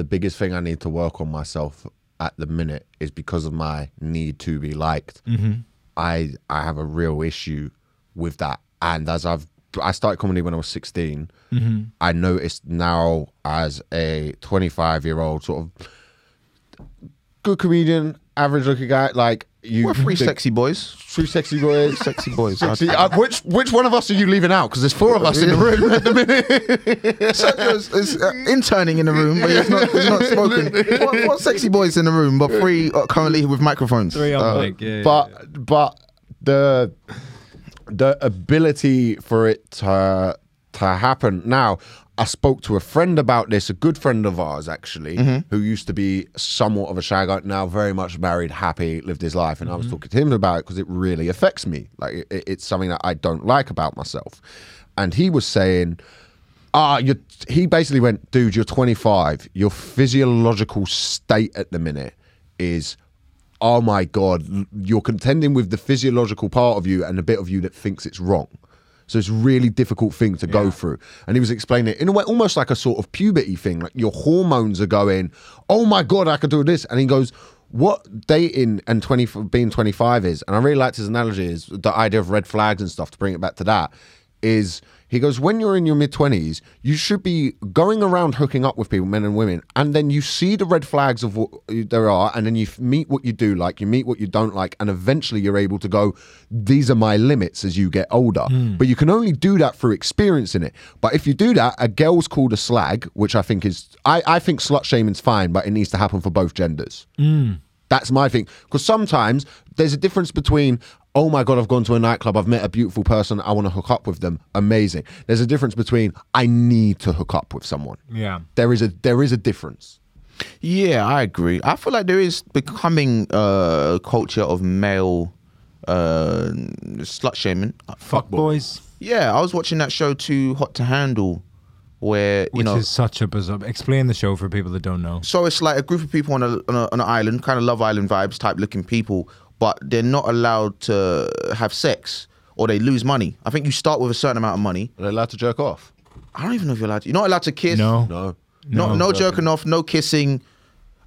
S1: the biggest thing I need to work on myself at the minute is because of my need to be liked.
S3: Mm-hmm.
S1: I I have a real issue with that, and as I've I started comedy when I was 16.
S3: Mm-hmm.
S1: I noticed now as a 25 year old sort of good comedian, average looking guy, like you
S3: We're three
S1: the-
S3: sexy boys.
S1: three sexy boys,
S3: Sexy boys.
S1: See, uh, which which one of us are you leaving out? Because there's four of us in the room at the minute.
S3: Sergio's is uh, interning in the room, but he's not, he's not smoking. What, what sexy boys in the room, but three are currently with microphones?
S2: Three on
S3: Uh,
S2: mic, yeah, yeah, yeah.
S1: But but the the ability for it to to happen. Now, I spoke to a friend about this, a good friend of ours actually, who used to be somewhat of a shag out, now very much married, happy, lived his life, and I was talking to him about it because it really affects me. Like it- it, it's something that I don't like about myself. And he was saying, ah, you he basically went, dude, you're 25. Your physiological state at the minute is, oh my God, l- you're contending with the physiological part of you and the bit of you that thinks it's wrong. So it's a really difficult thing to go through. And he was explaining it in a way, almost like a sort of puberty thing. Like your hormones are going, oh my God, I could do this. And he goes, what dating and 20, being 25 is, and I really liked his analogy, is the idea of red flags and stuff, to bring it back to that, is he goes, when you're in your mid 20s, you should be going around hooking up with people, men and women, and then you see the red flags of what you- there are, and then you f- meet what you do like, you meet what you don't like, and eventually you're able to go, these are my limits as you get older. But you can only do that through experiencing it. But if you do that, a girl's called a slag, which I think is, I, I think slut shaming's fine, but it needs to happen for both genders. That's my thing. Because sometimes there's a difference between, oh my God, I've gone to a nightclub, I've met a beautiful person, I want to hook up with them. Amazing. There's a difference between, I need to hook up with someone.
S2: Yeah.
S1: There is a there is a difference.
S3: Yeah, I agree. I feel like there is becoming uh, a culture of male uh, slut shaming.
S2: Fuck boys,
S3: Yeah, I was watching that show Too Hot to Handle, where you
S2: which
S3: know.
S2: is such a bizarre. Explain the show for people that don't know.
S3: so it's like a group of people on a, on a on an island, kind of Love Island vibes type looking people, but they're not allowed to have sex or they lose money. I think you start with a certain amount of money.
S1: Are they allowed to jerk off?
S3: I don't even know if you're allowed. To, you're not allowed to kiss.
S2: No.
S1: No.
S3: No, no, jerking off, no kissing.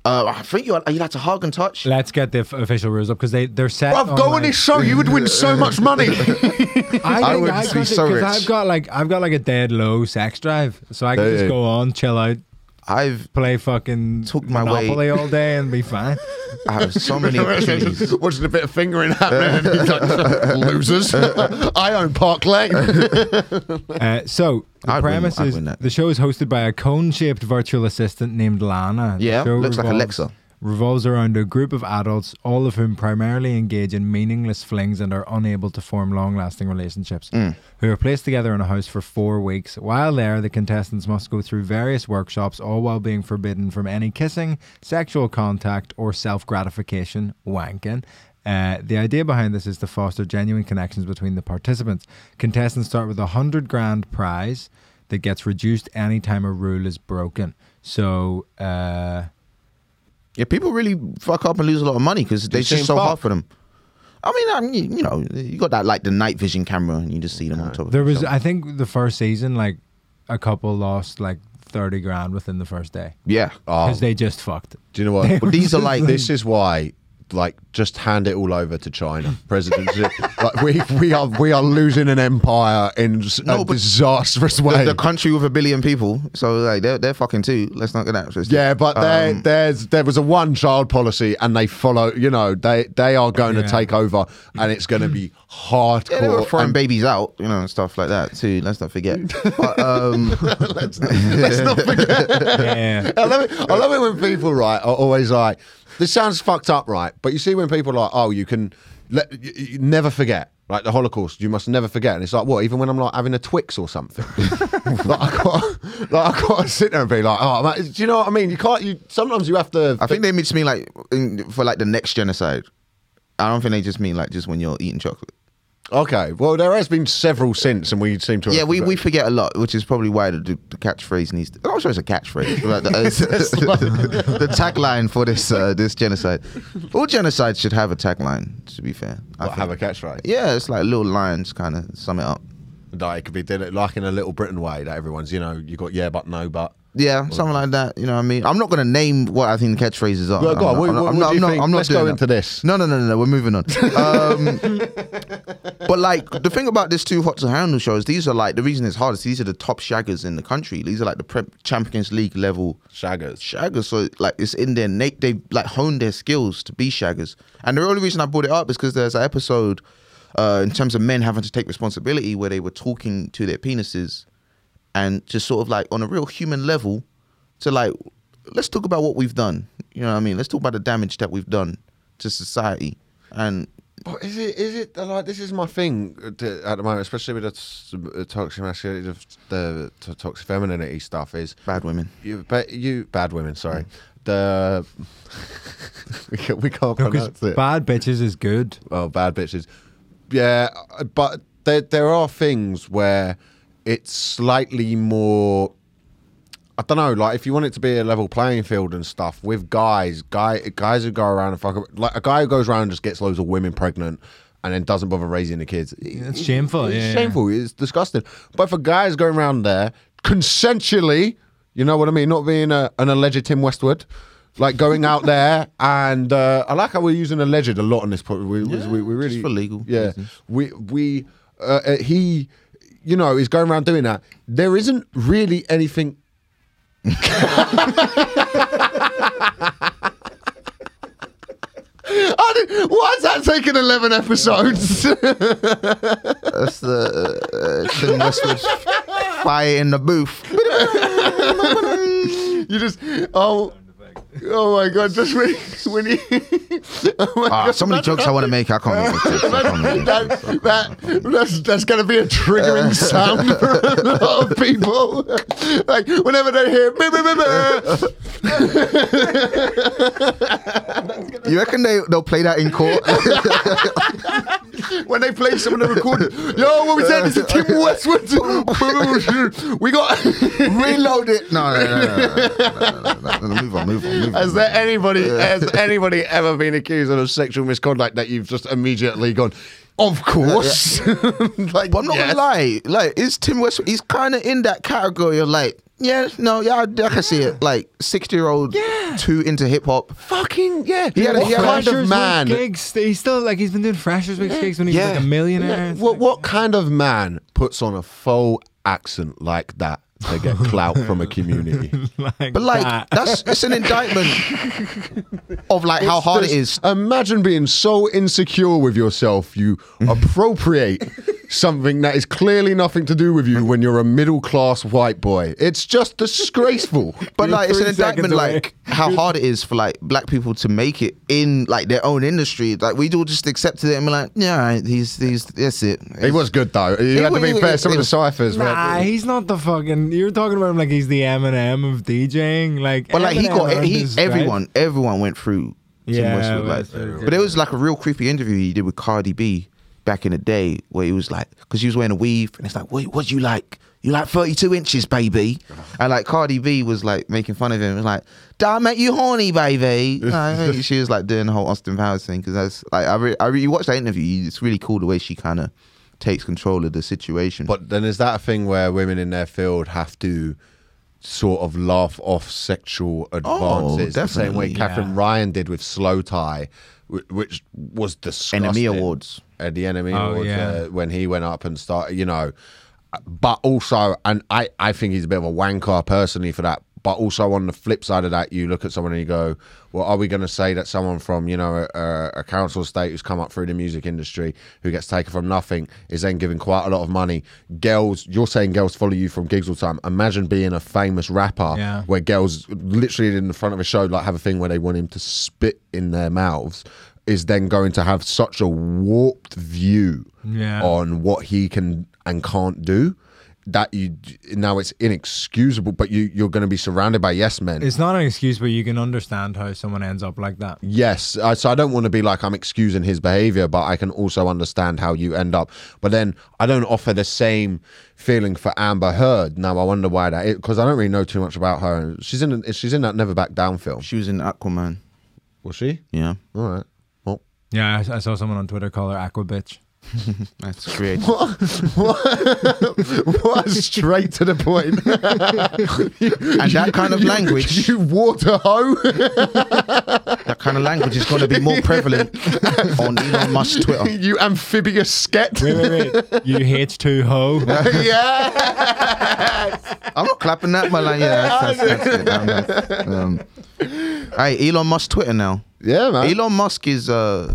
S3: Uh, I think you're are you allowed to hug and touch.
S2: Let's get the f- official rules up because they they're set.
S1: Bruv, go on
S2: like-
S1: this show, you would win so much money.
S2: I,
S3: I
S2: think
S3: would
S2: I
S3: be
S2: got
S3: so
S2: because
S3: rich.
S2: I've got like I've got like a dead low sex drive, so I can
S1: Yeah.
S2: just go on, chill out,
S3: I've
S2: play fucking
S3: Took my way.
S2: Monopoly all day and be fine.
S3: I have so many opportunities.
S1: Watching a bit of fingering happening. and he's like, Losers. I own Park Lane.
S2: Uh, so the
S3: I'd win-
S2: premise
S3: I'd
S2: is
S3: win that.
S2: the show is hosted by a cone-shaped virtual assistant named Lana. The
S3: Yeah,
S2: show
S3: looks like Alexa.
S2: Revolves around a group of adults, all of whom primarily engage in meaningless flings and are unable to form long-lasting relationships. Who are placed together in a house for four weeks. While there, the contestants must go through various workshops, all while being forbidden from any kissing, sexual contact, or self-gratification (wanking). Uh, the idea behind this is to foster genuine connections between the participants. Contestants start with a hundred grand prize that gets reduced anytime a rule is broken. So, uh,
S3: Yeah, people really fuck up and lose a lot of money because they
S1: same
S3: just so
S1: fuck.
S3: hard for them. I mean, I mean, you know, you got that like the night vision camera, and you just see them on top. Of
S2: there was,
S3: themselves.
S2: I think, the first season, like a couple lost like thirty grand within the first day
S3: yeah.
S1: Oh,
S2: because they just fucked.
S1: do you know what?
S3: But these are like
S1: this is why like just hand it all over to China, President Xi. Like we we are we are losing an empire in s-
S3: No,
S1: a
S3: but
S1: disastrous way.
S3: the, the country with a billion people, so like they're they're fucking too. Let's not get that. twisted.
S1: yeah, but there,
S3: Um,
S1: there's there was a one child policy, and they follow. You know, they they are going
S2: Yeah.
S1: to take over, and it's going to be hardcore.
S3: yeah, they were throwing
S1: and-
S3: babies out, you know, and stuff like that too. Let's not forget. But, um,
S2: yeah,
S1: I love it. I love it when people right are always like, "This sounds fucked up, right?" But you see when people are like, "Oh, you can." let, you, you never forget. Like the Holocaust, you must never forget. And it's like, what? Even when I'm like having a Twix or something, like I got, like I got to sit there and be like, oh, man, do you know what I mean? You can't. You sometimes you have to.
S3: I think they just mean like in, for like the next genocide. I don't think they just mean like just when you're eating chocolate.
S1: Okay. Well, there has been several since, and we seem to. have
S3: Yeah, we, we
S1: forgotten.
S3: forget a lot, which is probably why the, the catchphrase needs. I'm not sure it's a catchphrase. but the, uh, the tagline for this uh, this genocide. All genocides should have a tagline. To be fair, I
S1: Like,
S3: think.
S1: have a catchphrase.
S3: yeah, it's like little lines kind of sum it up.
S1: Like it could be did it like in a Little Britain way that everyone's, you know, you got yeah, but no, but.
S3: Yeah, something like that. You know what I mean? I'm not going to name what I think the catchphrases are.
S1: Well, go
S3: I'm
S1: on, what-
S3: not- I'm not-
S1: what-
S3: I'm
S1: what
S3: not-
S1: do you
S3: I'm not-
S1: think?
S3: I'm not
S1: Let's go
S3: doing that.
S1: into this.
S3: No, no, no, no, no. We're moving on. Um, but like the thing about this two hot to handle shows, these are like the reason it's hard is these are the top shaggers in the country. These are like the pre- Champions League level
S1: Shaggers.
S3: shaggers. So like it's in their na- they like honed their skills to be shaggers. And the only reason I brought it up is because there's an episode uh, in terms of men having to take responsibility where they were talking to their penises and just sort of like on a real human level to like let's talk about what we've done. You know what I mean? Let's talk about the damage that we've done to society. And
S1: But is it is it uh, like this is my thing uh, to- at the moment, especially with the, s- the toxic masculinity, the, the toxic femininity stuff is
S3: bad women.
S1: you but you bad women. Sorry, the we can't, we can't
S2: No, 'cause
S1: pronounce it.
S2: bad bitches is good.
S1: well, bad bitches. Yeah, uh, but there there are things where it's slightly more. I don't know, like if you want it to be a level playing field and stuff with guys, guy guys who go around and fuck up, like a guy who goes around and just gets loads of women pregnant and then doesn't bother raising the kids.
S2: It's shameful,
S1: It's
S2: yeah.
S1: shameful. It's disgusting. But for guys going around there consensually, you know what I mean, not being a, an alleged Tim Westwood. Like going out there, and uh, I like how we're using alleged a lot on this podcast. We, we, we really
S3: just for legal
S1: Yeah,
S3: reasons.
S1: we we uh, uh, he, you know, is going around doing that. There isn't really anything. I didn't- Why is that taking eleven episodes?
S3: That's the uh, Tim Westwood's fire in the booth.
S1: you just oh. Oh my god! Just when, when you, oh my
S3: Ah,
S1: God,
S3: so many
S1: imagine
S3: jokes I want to make. I can't make mistakes. I can't make
S1: that,
S3: mistakes.
S1: that, that's that's going to be a triggering sound for a lot of people. like whenever they hear, "Boo, boo, boo, boo,"
S3: You reckon they they'll play that in court?
S1: when they play some of the recording, yo, what we said this is Tim Westwood.
S3: Oh,
S1: we got.
S3: Reload it. No, no, no, no, no, no, no, no, no, Move on, move on, move on.
S1: Has there anybody has anybody ever been accused of sexual misconduct that you've just immediately gone? Of course. like,
S3: But I'm not
S1: yes.
S3: gonna lie. Like, is Tim Westwood? He's kind of in that category of like, yeah, no, yeah, I, I can see it. Like, sixty year old, too into hip hop.
S1: Fucking yeah.
S3: He had a-
S1: what
S3: he had a-
S1: kind of man?
S2: Gigs. He's still like he's been doing freshers week gigs when he was like a millionaire. It's
S1: What
S2: like-
S1: what kind of man puts on a faux accent like that to get clout from a community?
S2: like
S3: But like,
S2: that.
S3: that's it's an indictment of like how hard it is.
S1: Just Imagine being so insecure with yourself you appropriate something that is clearly nothing to do with you when you're a middle class white boy. It's just disgraceful.
S3: But like, it's an
S2: three seconds
S3: indictment
S2: away.
S3: like how hard it is for like black people to make it in like their own industry. Like, we all just accepted it and be like, yeah, all right, he's he's that's it.
S1: it was good though. You had to be
S3: it-
S1: fair.
S3: it-
S1: Some
S3: it
S1: of the
S3: was-
S1: ciphers. were-
S2: Nah, he's not the fucking. You're talking about him like he's the Eminem of DJing. Like,
S3: But like he
S2: Eminem
S3: got
S2: earned
S3: he
S2: his stripes.
S3: everyone everyone went through Tim
S2: Yeah,
S3: Westwood
S2: well,
S3: like,
S2: that's very
S3: but it was like a real creepy interview he did with Cardi B back in the day where he was like because he was wearing a weave and it's like wait what you like you like 32 inches baby and like Cardi B was like making fun of him and like that make you horny baby Like, she was like doing the whole Austin Powers thing because that's like I re- I re- you watch that interview it's really cool the way she kind of takes control of the situation
S1: But then is that a thing where women in their field have to sort of laugh off sexual advances the same way
S3: Oh, definitely.
S1: Catherine
S2: Yeah.
S1: Ryan did with Slow Tie, wh- which was disgusting.
S3: Enemy Awards
S1: At the Enemy
S2: Oh,
S1: Awards,
S2: yeah.
S1: uh, when he went up and started, you know. But also, and I, I think he's a bit of a wanker personally for that. But also on the flip side of that, you look at someone and you go, "Well, are we going to say that someone from you know a, a council estate who's come up through the music industry, who gets taken from nothing, is then given quite a lot of money? Girls, you're saying girls follow you from gigs all the time. Imagine being a famous rapper
S2: Yeah.
S1: where girls literally in the front of a show like have a thing where they want him to spit in their mouths." is then going to have such a warped view
S2: Yeah.
S1: on what he can and can't do that you now it's inexcusable. But you you're going to be surrounded by yes men.
S2: It's not an excuse, but you can understand how someone ends up like that.
S1: Yes, I, so I don't want to be like I'm excusing his behavior, but I can also understand how you end up. But then I don't offer the same feeling for Amber Heard. Now I wonder why that because I don't really know too much about her. She's in she's in that Never Back Down film.
S3: She was in Aquaman.
S1: Was she?
S3: Yeah,
S1: All right. Well,
S2: Yeah, I, I saw someone on Twitter call her Aqua Bitch.
S3: that's great.
S1: what straight to the point.
S3: and that kind of language,
S1: you water hoe.
S3: that kind of language is going to be more prevalent on Elon Musk's Twitter.
S1: you amphibious sket.
S2: Wait, wait, wait. you H2Ho.
S1: yeah.
S3: I'm not clapping that, but like, yeah, that's, that's, that's good. Um, that's- um, hey, Elon Musk Twitter now.
S1: Yeah, man.
S3: Elon Musk is uh,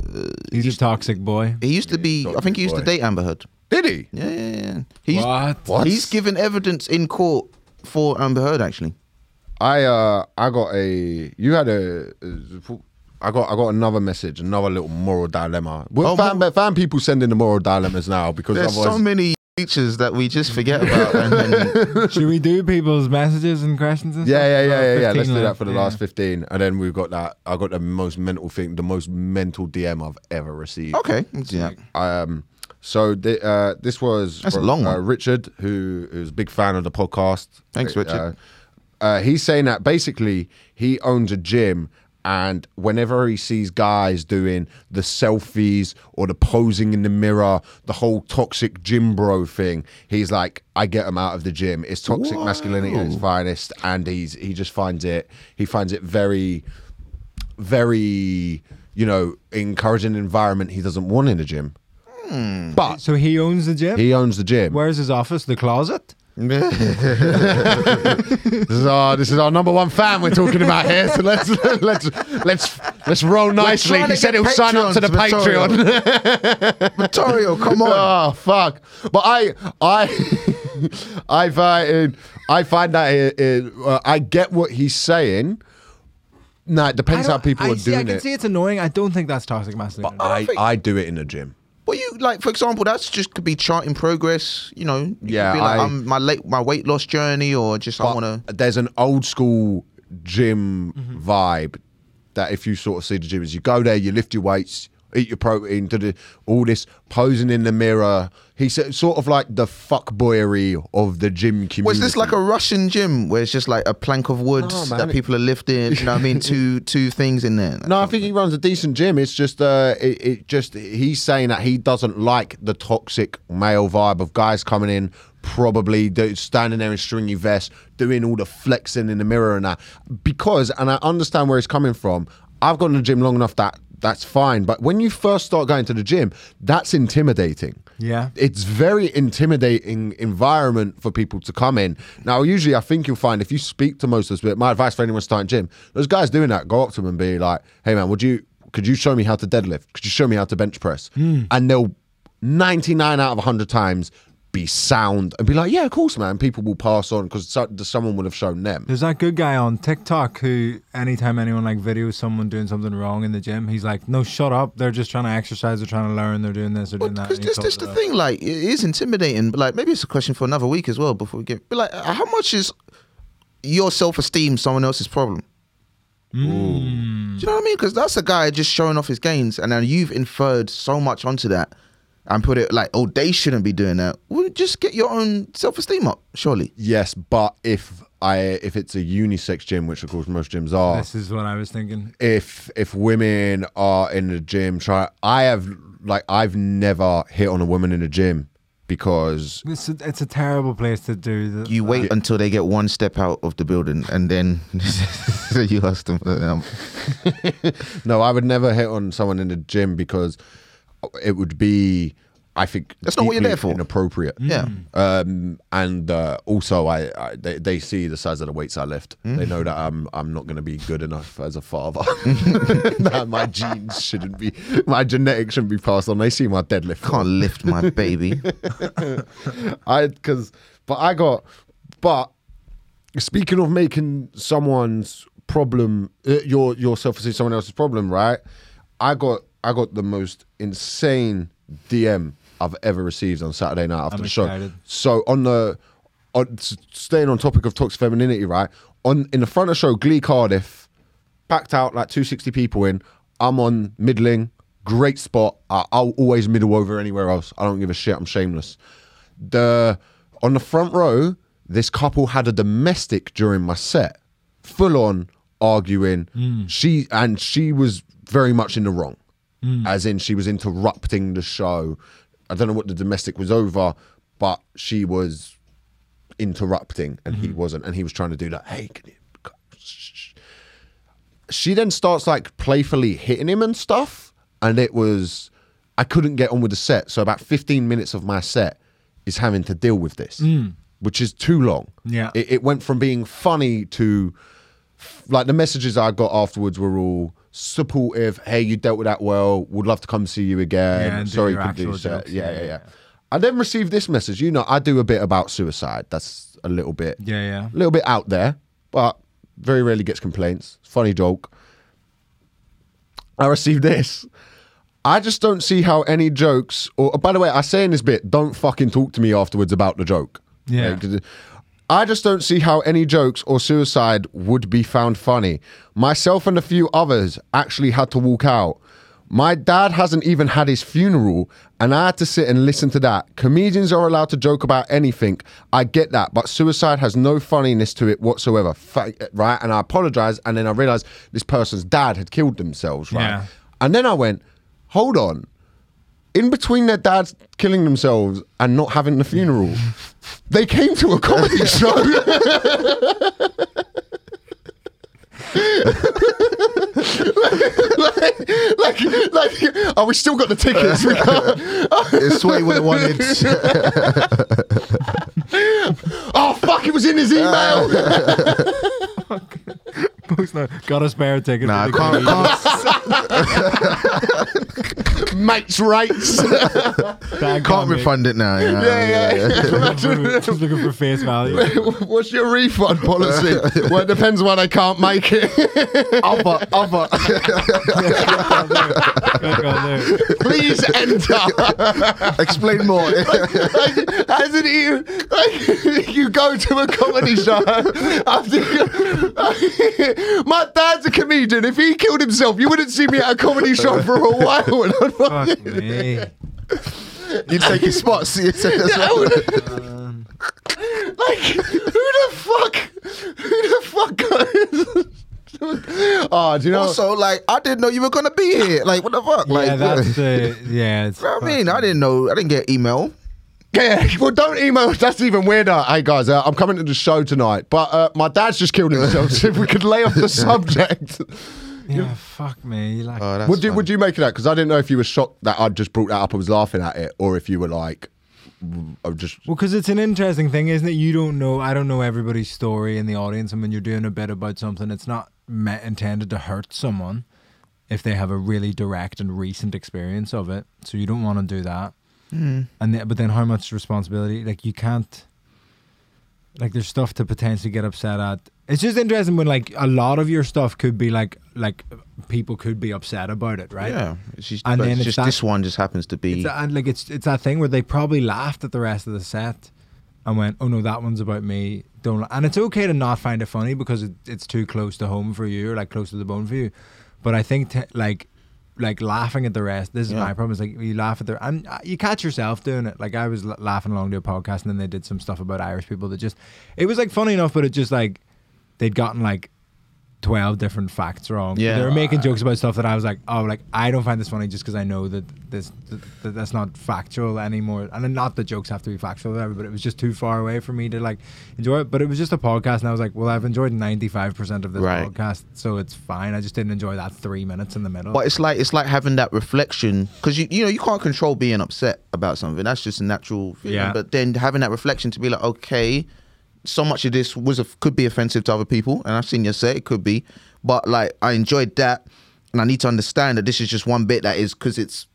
S2: He's a toxic boy.
S3: he used to be. I think he used to
S1: boy.
S3: date Amber Heard.
S1: Did he?
S3: Yeah, yeah, yeah. He used,
S2: What?
S1: What?
S3: He's given evidence in court for Amber Heard actually.
S1: I uh I got a you had a I got I got another message, another little moral dilemma. Well,
S3: Oh,
S1: fan, fan people sending the moral dilemmas now because
S3: There's
S1: otherwise
S3: so many features that we just forget about. and then,
S2: Should we do people's messages and questions and
S1: yeah, yeah,
S2: stuff?
S1: yeah, yeah,
S2: We've got
S1: yeah.
S2: 15
S1: Let's do that
S2: left,
S1: for the
S2: yeah.
S1: last fifteen, and then we've got that. I got the most mental thing, the most mental DM I've ever received.
S3: okay, yeah.
S1: Um, so the, uh, this was
S3: That's a long
S1: uh,
S3: one.
S1: Richard, who who's a big fan of the podcast.
S3: Thanks,
S1: Uh,
S3: Richard.
S1: uh, he's saying that basically he owns a gym, and whenever he sees guys doing the selfies or the posing in the mirror, the whole toxic gym bro thing, he's like, "I get him out of the gym." It's toxic masculinity at its finest, and he's he just finds it he finds it very very, you know, encouraging environment he doesn't want in the gym. But
S2: So he owns the gym?
S1: he owns the gym.
S2: Where's his office? The closet?
S1: This is our this is our number one fan we're talking about here. So let's let's let's let's roll nicely.
S3: trying to
S1: He said
S3: get
S1: he'll sign up to the
S3: Patreons,
S1: Patreon.
S3: Vittorio, come on.
S1: oh fuck! But I I I find I find that it, it, uh, I get what he's saying. Nah, it depends how
S2: don't-
S1: people
S2: I
S1: are
S2: see, I
S1: doing
S2: can
S1: it. uh,
S2: see it's annoying. I don't think that's toxic masculinity.
S1: I I do it in the gym.
S3: Well, you like, for example, that's just could be charting progress. You know, you could
S1: Yeah,
S3: be like,
S1: I-
S3: I'm my late my weight loss journey, or just I
S1: but
S3: want to.
S1: there's an old school gym
S3: Mm-hmm.
S1: vibe that if you sort of see the gym is you go there, you lift your weights, eat your protein, do the, all this posing in the mirror. He's so- sort of like the fuckboyery of the gym community.
S3: Was this like a Russian gym where it's just like a plank of wood
S1: No, man.
S3: that people are lifting? You know what I mean? two two things in there.
S1: No, I think he runs a decent gym. It's just, uh, it, it just he's saying that he doesn't like the toxic male vibe of guys coming in, probably do, standing there in stringy vests, doing all the flexing in the mirror and that. Because, and I understand where he's coming from. I've gone to the gym long enough that that's fine. But when you first start going to the gym, that's intimidating.
S2: Yeah.
S1: It's very intimidating environment for people to come in. Now, usually I think you'll find if you speak to most of those, my advice for anyone starting gym, those guys doing that, go up to them and be like, hey man, would you could you show me how to deadlift? Could you show me how to bench press? And they'll 99 out of 100 times be sound and be like, yeah, of course, man. People will pass on because someone would have shown them.
S2: There's that good guy on TikTok who, anytime anyone like videos someone doing something wrong in the gym, he's like, "No, shut up! They're just trying to exercise. They're trying to learn. They're doing this. They're doing that."
S3: Because
S2: and he
S3: this, this
S2: calls
S3: the
S2: it out.
S3: thing, like it is intimidating. But like maybe it's a question for another week as well before we get. But like, uh, how much is your self esteem someone else's problem? Do you know what I mean? Because that's a guy just showing off his gains, and then you've inferred so much onto that, and put it like, oh, they shouldn't be doing that. Well, just get your own self esteem up, surely.
S1: Yes, but if I if it's a unisex gym, which of course most gyms are,
S2: This is what I was thinking.
S1: if if women are in the gym try i have like i've never hit on a woman in the gym because
S2: It's a, it's a terrible place to do the,
S3: You wait until they get one step out of the building, and then you ask them for the number.
S1: no i would never hit on someone in the gym because it would be i think
S3: That's not what you're
S1: deeply
S3: there for.
S1: inappropriate
S3: Yeah.
S1: um and uh, also i, I they, they see the size of the weights i lift
S3: Hmm.
S1: they know that i'm i'm not going to be good enough as a father that my genes shouldn't be my genetics shouldn't be passed on they see my deadlift
S3: Can't lift my baby.
S1: I because but I got but speaking of making someone's problem uh, your your self esteem someone else's problem, right? I got I got the most insane DM I've ever received on Saturday night after
S2: I'm
S1: the
S2: excited.
S1: show. So on the on, s- staying on topic of toxic femininity, right? On in the front of the show, Glee Cardiff, packed out like 260 people in. I'm on middling, great spot. I, I'll always middle over anywhere else. I don't give a shit. I'm shameless. The on the front row, this couple had a domestic during my set, full on arguing. She and she was very much in the wrong, as in she was interrupting the show. I don't know what the domestic was over, but she was interrupting and
S2: Mm-hmm.
S1: he wasn't and he was trying to do that hey can you she then starts like playfully hitting him and stuff and it was i couldn't get on with the set so about 15 minutes of my set is having to deal with this which is too long
S2: Mm. Yeah.
S1: it, it went from being funny to like the messages i got afterwards were all supportive hey you dealt with that well would love to come see you again
S2: Yeah, and do
S1: sorry you
S2: your
S1: could do
S2: actual
S1: so
S2: jokes.
S1: yeah
S2: Yeah,
S1: yeah
S2: yeah,
S1: yeah i then received this message you know i do a bit about suicide that's a little bit
S2: Yeah, yeah.
S1: a little bit out there, but very rarely gets complaints. Funny joke. I received this. I just don't see how any jokes, or by the way, I say in this bit, don't fucking talk to me afterwards about the joke.
S2: Yeah.
S1: Like, 'cause it- I just don't see how any jokes or suicide would be found funny. Myself and a few others actually had to walk out. My dad hasn't even had his funeral, and I had to sit and listen to that. Comedians are allowed to joke about anything. I get that, but suicide has no funniness to it whatsoever. Fa- Right? And I apologize. And then I realized this person's dad had killed themselves. Right?
S2: Yeah.
S1: And then I went, hold on. In between their dads killing themselves and not having the funeral, they came to a comedy show. like, like, like, oh, we still got the tickets. We can't-
S3: It's what he would have wanted.
S1: oh, fuck, it was in his email.
S2: Post no- Got a spare ticket.
S3: nah,
S2: for the comedian.
S3: can't, can't,
S1: Mates' rights.
S2: Tag
S3: can't
S2: on me.
S3: refund it now. Yeah,
S1: yeah, yeah.
S2: Just looking for- Just looking for face value.
S1: What's your refund policy? well, it depends why they can't make it.
S3: Other, other.
S2: Click on there. Click on there.
S1: Please enter.
S3: Explain more.
S1: like, hasn't he? Like, you go to a comedy show after. my dad's a comedian. If he killed himself, you wouldn't see me at a comedy show for a while. And I'd fucking-
S2: Fuck me.
S3: you take his spots. You take his
S1: I
S3: spots.
S1: would- like, who the fuck? Who the fuck goes? oh, do you know?
S3: Also, like, I didn't know you were gonna be here. Like, what the fuck? Like,
S2: yeah, that's the yeah. It's
S3: I mean, I didn't know. I didn't get email.
S1: Yeah, well, don't email. us. That's even weirder. Hey guys, uh, I'm coming to the show tonight, but uh, my dad's just killed himself. so if we could lay off the subject.
S2: yeah, fuck me. Like,
S3: Oh, that's
S1: Would you
S3: funny.
S1: would you make it out? Because I didn't know if you were shocked that I just brought that up. I was laughing at it, or if you were like, I'm just
S2: Well, because it's an interesting thing, isn't it? You don't know. I don't know everybody's story in the audience, and when you're doing a bit about something, it's not meant intended to hurt someone if they have a really direct and recent experience of it. So you don't want to do that. And th- but then, how much responsibility? Like you can't. Like there's stuff to potentially get upset at. It's just interesting when like a lot of your stuff could be like like people could be upset about it, right?
S3: Yeah, it's just,
S2: And
S3: but
S2: then
S3: it's
S2: it's
S3: just
S2: that-
S3: this one just happens to be.
S2: It's that- and like it's it's that thing where they probably laughed at the rest of the set and went, "Oh no, that one's about me." Don't. la-" And it's okay to not find it funny because it, it's too close to home for you, or like close to the bone for you. But I think t- like like laughing at the rest. This is
S3: Yeah.
S2: my problem. Is like you laugh at the and uh, you catch yourself doing it. Like I was l- laughing along to a podcast, and then they did some stuff about Irish people that just it was like funny enough, but it just like they'd gotten like. 12 different facts wrong.
S3: Yeah.
S2: They were making jokes about stuff that I was like, oh, like I don't find this funny just because I know that this that, that that's not factual anymore. And then not that jokes have to be factual, or whatever, but it was just too far away for me to like enjoy it. But it was just a podcast, and I was like, well, I've enjoyed ninety five percent of this
S3: Right.
S2: podcast, so it's fine. I just didn't enjoy that three minutes in the middle.
S3: but it's like it's like having that reflection because you you know you can't control being upset about something. That's just a natural. Feeling.
S2: Yeah.
S3: But then having that reflection to be like, okay, so much of this was a, could be offensive to other people, and I've seen you say it could be, but like I enjoyed that, and I need to understand that this is just one bit that is because it's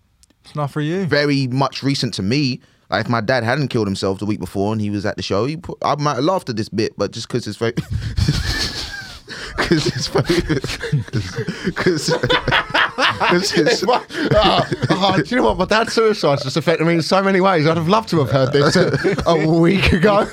S2: It's not for you.
S3: very much recent to me. Like if my dad hadn't killed hself the week before and he was at the show, he put, I might have laughed at this bit, but just because it's very. because it's funny. Because it's.
S1: Ah, ah, do you know what? My dad's suicide just affected me in so many ways. I'd have loved to have heard this a, a week ago.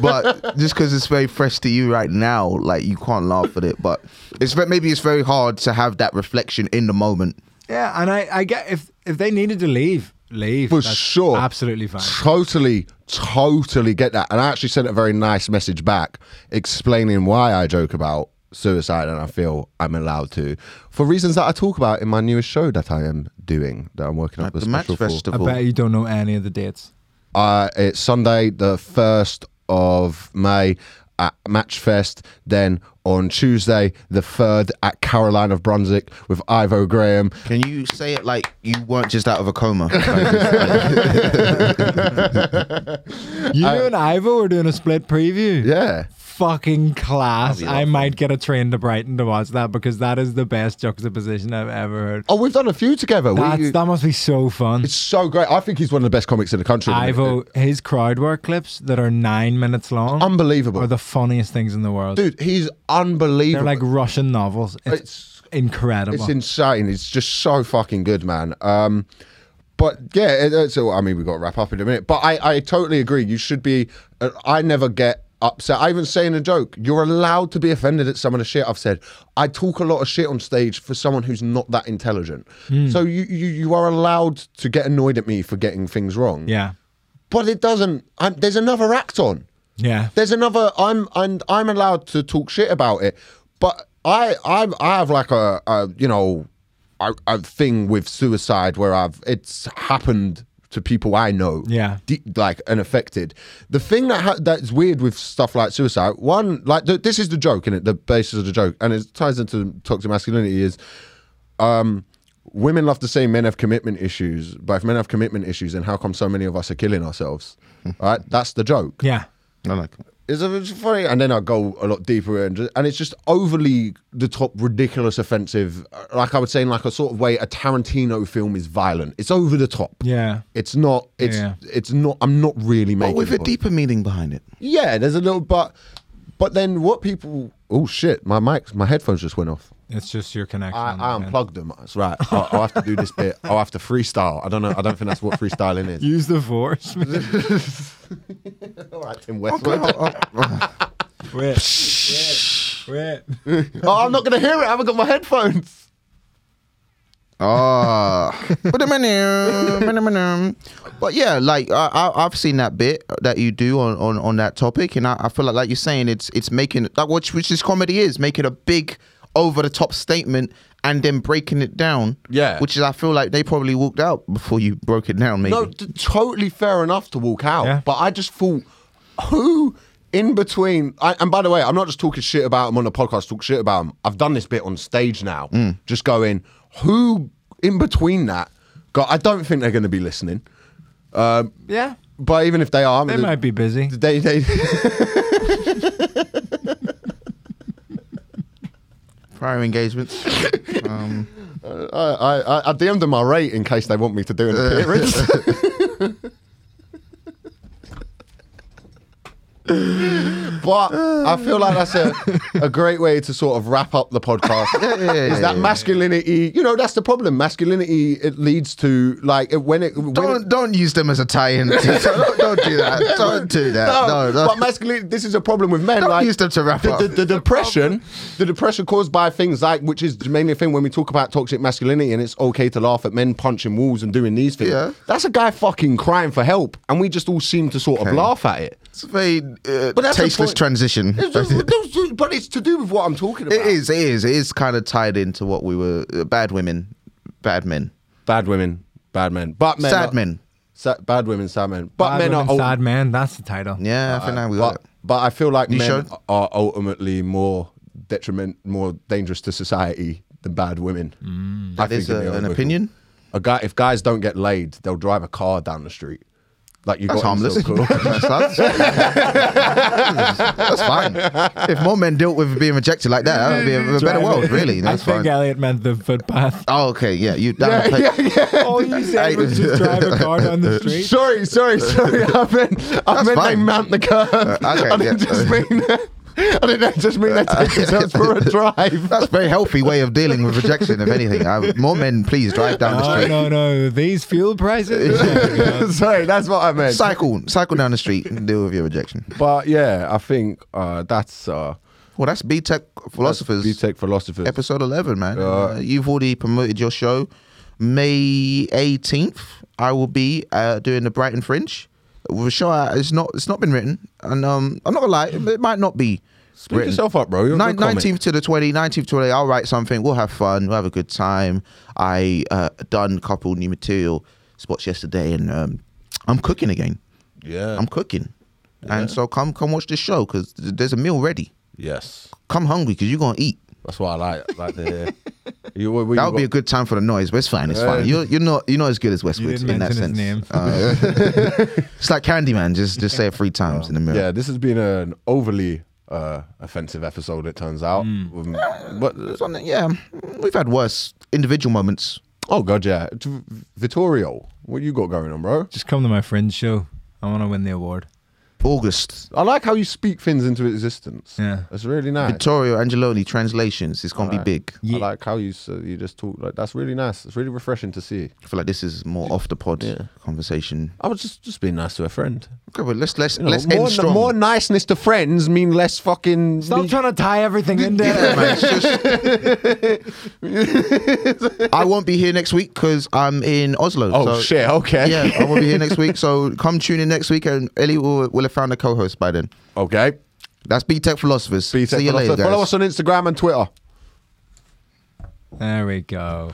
S3: but just because it's very fresh to you right now, like you can't laugh at it. But it's ve- maybe it's very hard to have that reflection in the moment.
S2: Yeah, and I, I get if if they needed to leave, leave.
S1: For
S2: That's
S1: sure.
S2: absolutely fine.
S1: Totally, totally get that. And I actually sent a very nice message back explaining why I joke about suicide and I feel I'm allowed to for reasons that I talk about in my newest show that I am doing that I'm working
S3: At
S1: up a
S3: the Match
S1: special for.
S2: I
S3: Festival.
S2: bet you don't know any of the dates.
S1: Uh, it's Sunday, the 1st of May at Matchfest. Then on Tuesday, the 3rd at Caroline of Brunswick with Ivo Graham.
S3: Can you say it like you weren't just out of a coma?
S2: You and Ivo were doing a split preview.
S1: Yeah.
S2: Fucking class. I might get a train to Brighton to watch that because that is the best juxtaposition I've ever heard.
S1: Oh, we've done a few together. We-
S2: That's, that must be so fun.
S1: it's so great. I think he's one of the best comics in the country.
S2: Ivo, his crowd work clips that are nine minutes long
S1: Unbelievable.
S2: are the funniest things in the world.
S1: Dude, he's
S2: They're
S1: unbelievable.
S2: like Russian novels. It's,
S1: it's
S2: incredible.
S1: it's insane. It's just so fucking good, man. Um, but yeah, it, it's, I mean, we've got to wrap up in a minute. But I, I totally agree. You should be. Uh, I never get upset. I even say in a joke, you're allowed to be offended at some of the shit I've said. I talk a lot of shit on stage for someone who's not that intelligent.
S2: Hmm.
S1: So you, you you are allowed to get annoyed at me for getting things wrong.
S2: yeah.
S1: But it doesn't. I, there's another act on.
S2: Yeah.
S1: there's another I'm and I'm allowed to talk shit about it, but I I I have like a, a you know a, a thing with suicide where I've it's happened to people I know
S2: Yeah.
S1: de- like and affected. The thing that ha- that's weird with stuff like suicide, one like th- this is the joke in it, the basis of the joke, and it ties into toxic masculinity is um, women love to say men have commitment issues, but if men have commitment issues, then how come so many of us are killing ourselves? right, that's the joke
S2: Hmm. Yeah.
S3: I like it.
S1: it's, it's funny, and then I go a lot deeper, and and it's just overly the top, ridiculous, offensive. uh, Like I would say, in like a sort of way, a Tarantino film is violent. It's over the top.
S2: Yeah.
S1: It's not. It's
S2: Yeah.
S1: it's not. I'm not really making.
S3: But with a
S1: point.
S3: deeper meaning behind it.
S1: Yeah, there's a little but, but then what people? Oh shit! My mic, my headphones just went off.
S2: It's just your connection.
S1: I, I
S2: man.
S1: unplugged them. That's right. I'll, I'll have to do this bit. I'll have to freestyle. I don't know. I don't think that's what freestyling is.
S2: Use the force. man.
S1: All right, Tim
S3: Oh,
S1: Westwood.
S2: Wait. Wait. Wait.
S1: oh, I'm not gonna hear it. I haven't got my headphones.
S3: Ah, but yeah, like I, I, I've seen that bit that you do on, on, on that topic, and I, I feel like, like you're saying, it's it's making like which which is comedy is making a big over the top statement and then breaking it down.
S1: Yeah.
S3: which is I feel like they probably walked out before you broke it down. Maybe
S1: No, t- totally fair enough to walk out.
S2: Yeah.
S1: But I just thought, who in between? I, and by the way, I'm not just talking shit about him on the podcast. Talk shit about him. I've done this bit on stage now.
S2: Mm.
S1: Just going, who in between that? God, I don't think they're going to be listening. Um,
S2: Yeah.
S1: but even if they are,
S2: They might be busy.
S1: They, they,
S3: prior engagements. um,
S1: I, I, I DM'd them my rate in case they want me to do an appearance. but I feel like that's a, a great way to sort of wrap up the podcast.
S3: yeah, yeah,
S1: is that
S3: yeah.
S1: masculinity? You know, that's the problem. Masculinity it leads to like it- when it. When
S3: don't
S1: it-
S3: don't use them as a tie-in. don't, don't do that. Don't do that. No, no.
S1: but masculinity. This is a problem with men.
S3: Don't
S1: like,
S3: use them to wrap
S1: the,
S3: up.
S1: the- the depression, the depression caused by things like, which is mainly a thing when we talk about toxic masculinity, and it's okay to laugh at men punching walls and doing these things.
S3: Yeah.
S1: That's a guy fucking crying for help, and we just all seem to sort of
S3: Okay.
S1: laugh at it.
S3: it's a very uh,
S1: that's the
S3: tasteless
S1: point.
S3: transition.
S1: It's just- but it's to do with what I'm talking about.
S3: It is. It is. It is kind of tied into what we were. Uh, bad women, bad men,
S1: bad women, bad men, but men,
S3: sad
S1: are-
S3: men.
S1: sa- bad women, sad men, but
S2: Bad
S1: men
S2: women,
S1: are. ul-
S2: sad man. That's the title.
S3: Yeah, I think now we got
S1: but,
S3: it.
S1: but I feel like
S3: You
S1: men
S3: sure?
S1: are ultimately more detriment, more dangerous to society than bad women. I
S3: That is
S1: think in the
S3: a, an
S1: overall.
S3: opinion.
S1: A guy, if guys don't get laid, they'll drive a car down the street. Like you
S3: That's
S1: got him
S3: harmless.
S1: so cool.
S3: that's, that's- that's fine. If more men dealt with being rejected like that, that would be a, a better
S2: Driving.
S3: world. Really,
S2: I
S3: that's
S2: think uh,
S3: fine.
S2: Elliot meant the footpath.
S3: Oh, okay. Yeah, you. That
S1: yeah, yeah, yeah.
S2: All you said was just drive a car down the street.
S1: Sorry, sorry, sorry. I meant, I meant they
S3: fine. Uh,
S1: mount the curb.
S3: okay,
S1: I didn't
S3: yeah. Uh,
S1: just mean I think that just mean they take themselves for a drive.
S3: That's a very healthy way of dealing with rejection, if anything. I, would- more men, please drive down the
S2: Oh
S3: street.
S2: no no! These fuel prices. Yeah.
S1: Sorry, that's what I meant.
S3: Cycle, cycle down the street and deal with your rejection.
S1: But yeah, I think uh, that's uh,
S3: Well, that's B Tech Philosophers,
S1: B-Tech philosophers.
S3: episode 11, man.
S1: Uh,
S3: Uh, you've already promoted your show. May 18th, I will be uh, doing the Brighton Fringe. With a show, I- it's not it's not been written, and um, I'm not gonna lie, it, it might not be
S1: Speak
S3: written.
S1: yourself up, bro. You're a
S3: Nine-
S1: good comic.
S3: 19th to the 20 19th to 20 i'll write something we'll have fun we'll have a good time i uh done a couple new material spots yesterday and um i'm cooking again
S1: Yeah.
S3: i'm cooking and so come come watch this show because there's a meal ready
S1: yes.
S3: come hungry because you're gonna eat
S1: That's what I like. Like to hear. You, what- what
S3: that
S1: you
S3: would be a
S1: got?
S3: good time for the noise but it's fine it's
S1: Yeah.
S3: fine you're, you're not you're not as good as
S2: You
S3: westwood
S2: didn't
S3: in that
S2: mention his name.
S3: sense Uh, it's like candyman just just say it three times in the mirror
S1: Yeah, this has been an overly uh, offensive episode. It turns out. Um, but
S3: It's on the- yeah we've had worse individual moments
S1: oh god, yeah, T- Vittorio, what you got going on, bro?
S2: Just come to my friend's show. I want to win the award.
S3: august
S1: I like how you speak things into existence.
S2: Yeah.
S1: that's really nice.
S3: Vittorio Angeloni translations. It's gonna
S1: Alright.
S3: be big.
S2: Yeah.
S1: I like how you so you just talk like that's really nice. It's really refreshing to see.
S3: I feel like this is more off the pod
S1: Yeah.
S3: conversation.
S1: I was just just being nice to a friend.
S3: Okay, but let's let's
S1: You know,
S3: let's
S1: more,
S3: end strong.
S1: more niceness to friends mean less fucking.
S2: Stop trying to tie everything in
S3: Yeah,
S2: there.
S3: man, it's just- I won't be here next week because I'm in Oslo.
S1: oh
S3: so-
S1: shit! Okay.
S3: Yeah, I won't be here next week. So come tune in next week, and Ellie will, will have found a co-host by then.
S1: Okay.
S3: That's B Tech Philosophers.
S1: Be
S3: See you
S1: technological.
S3: later, guys.
S1: Follow us on Instagram and Twitter.
S2: There we go.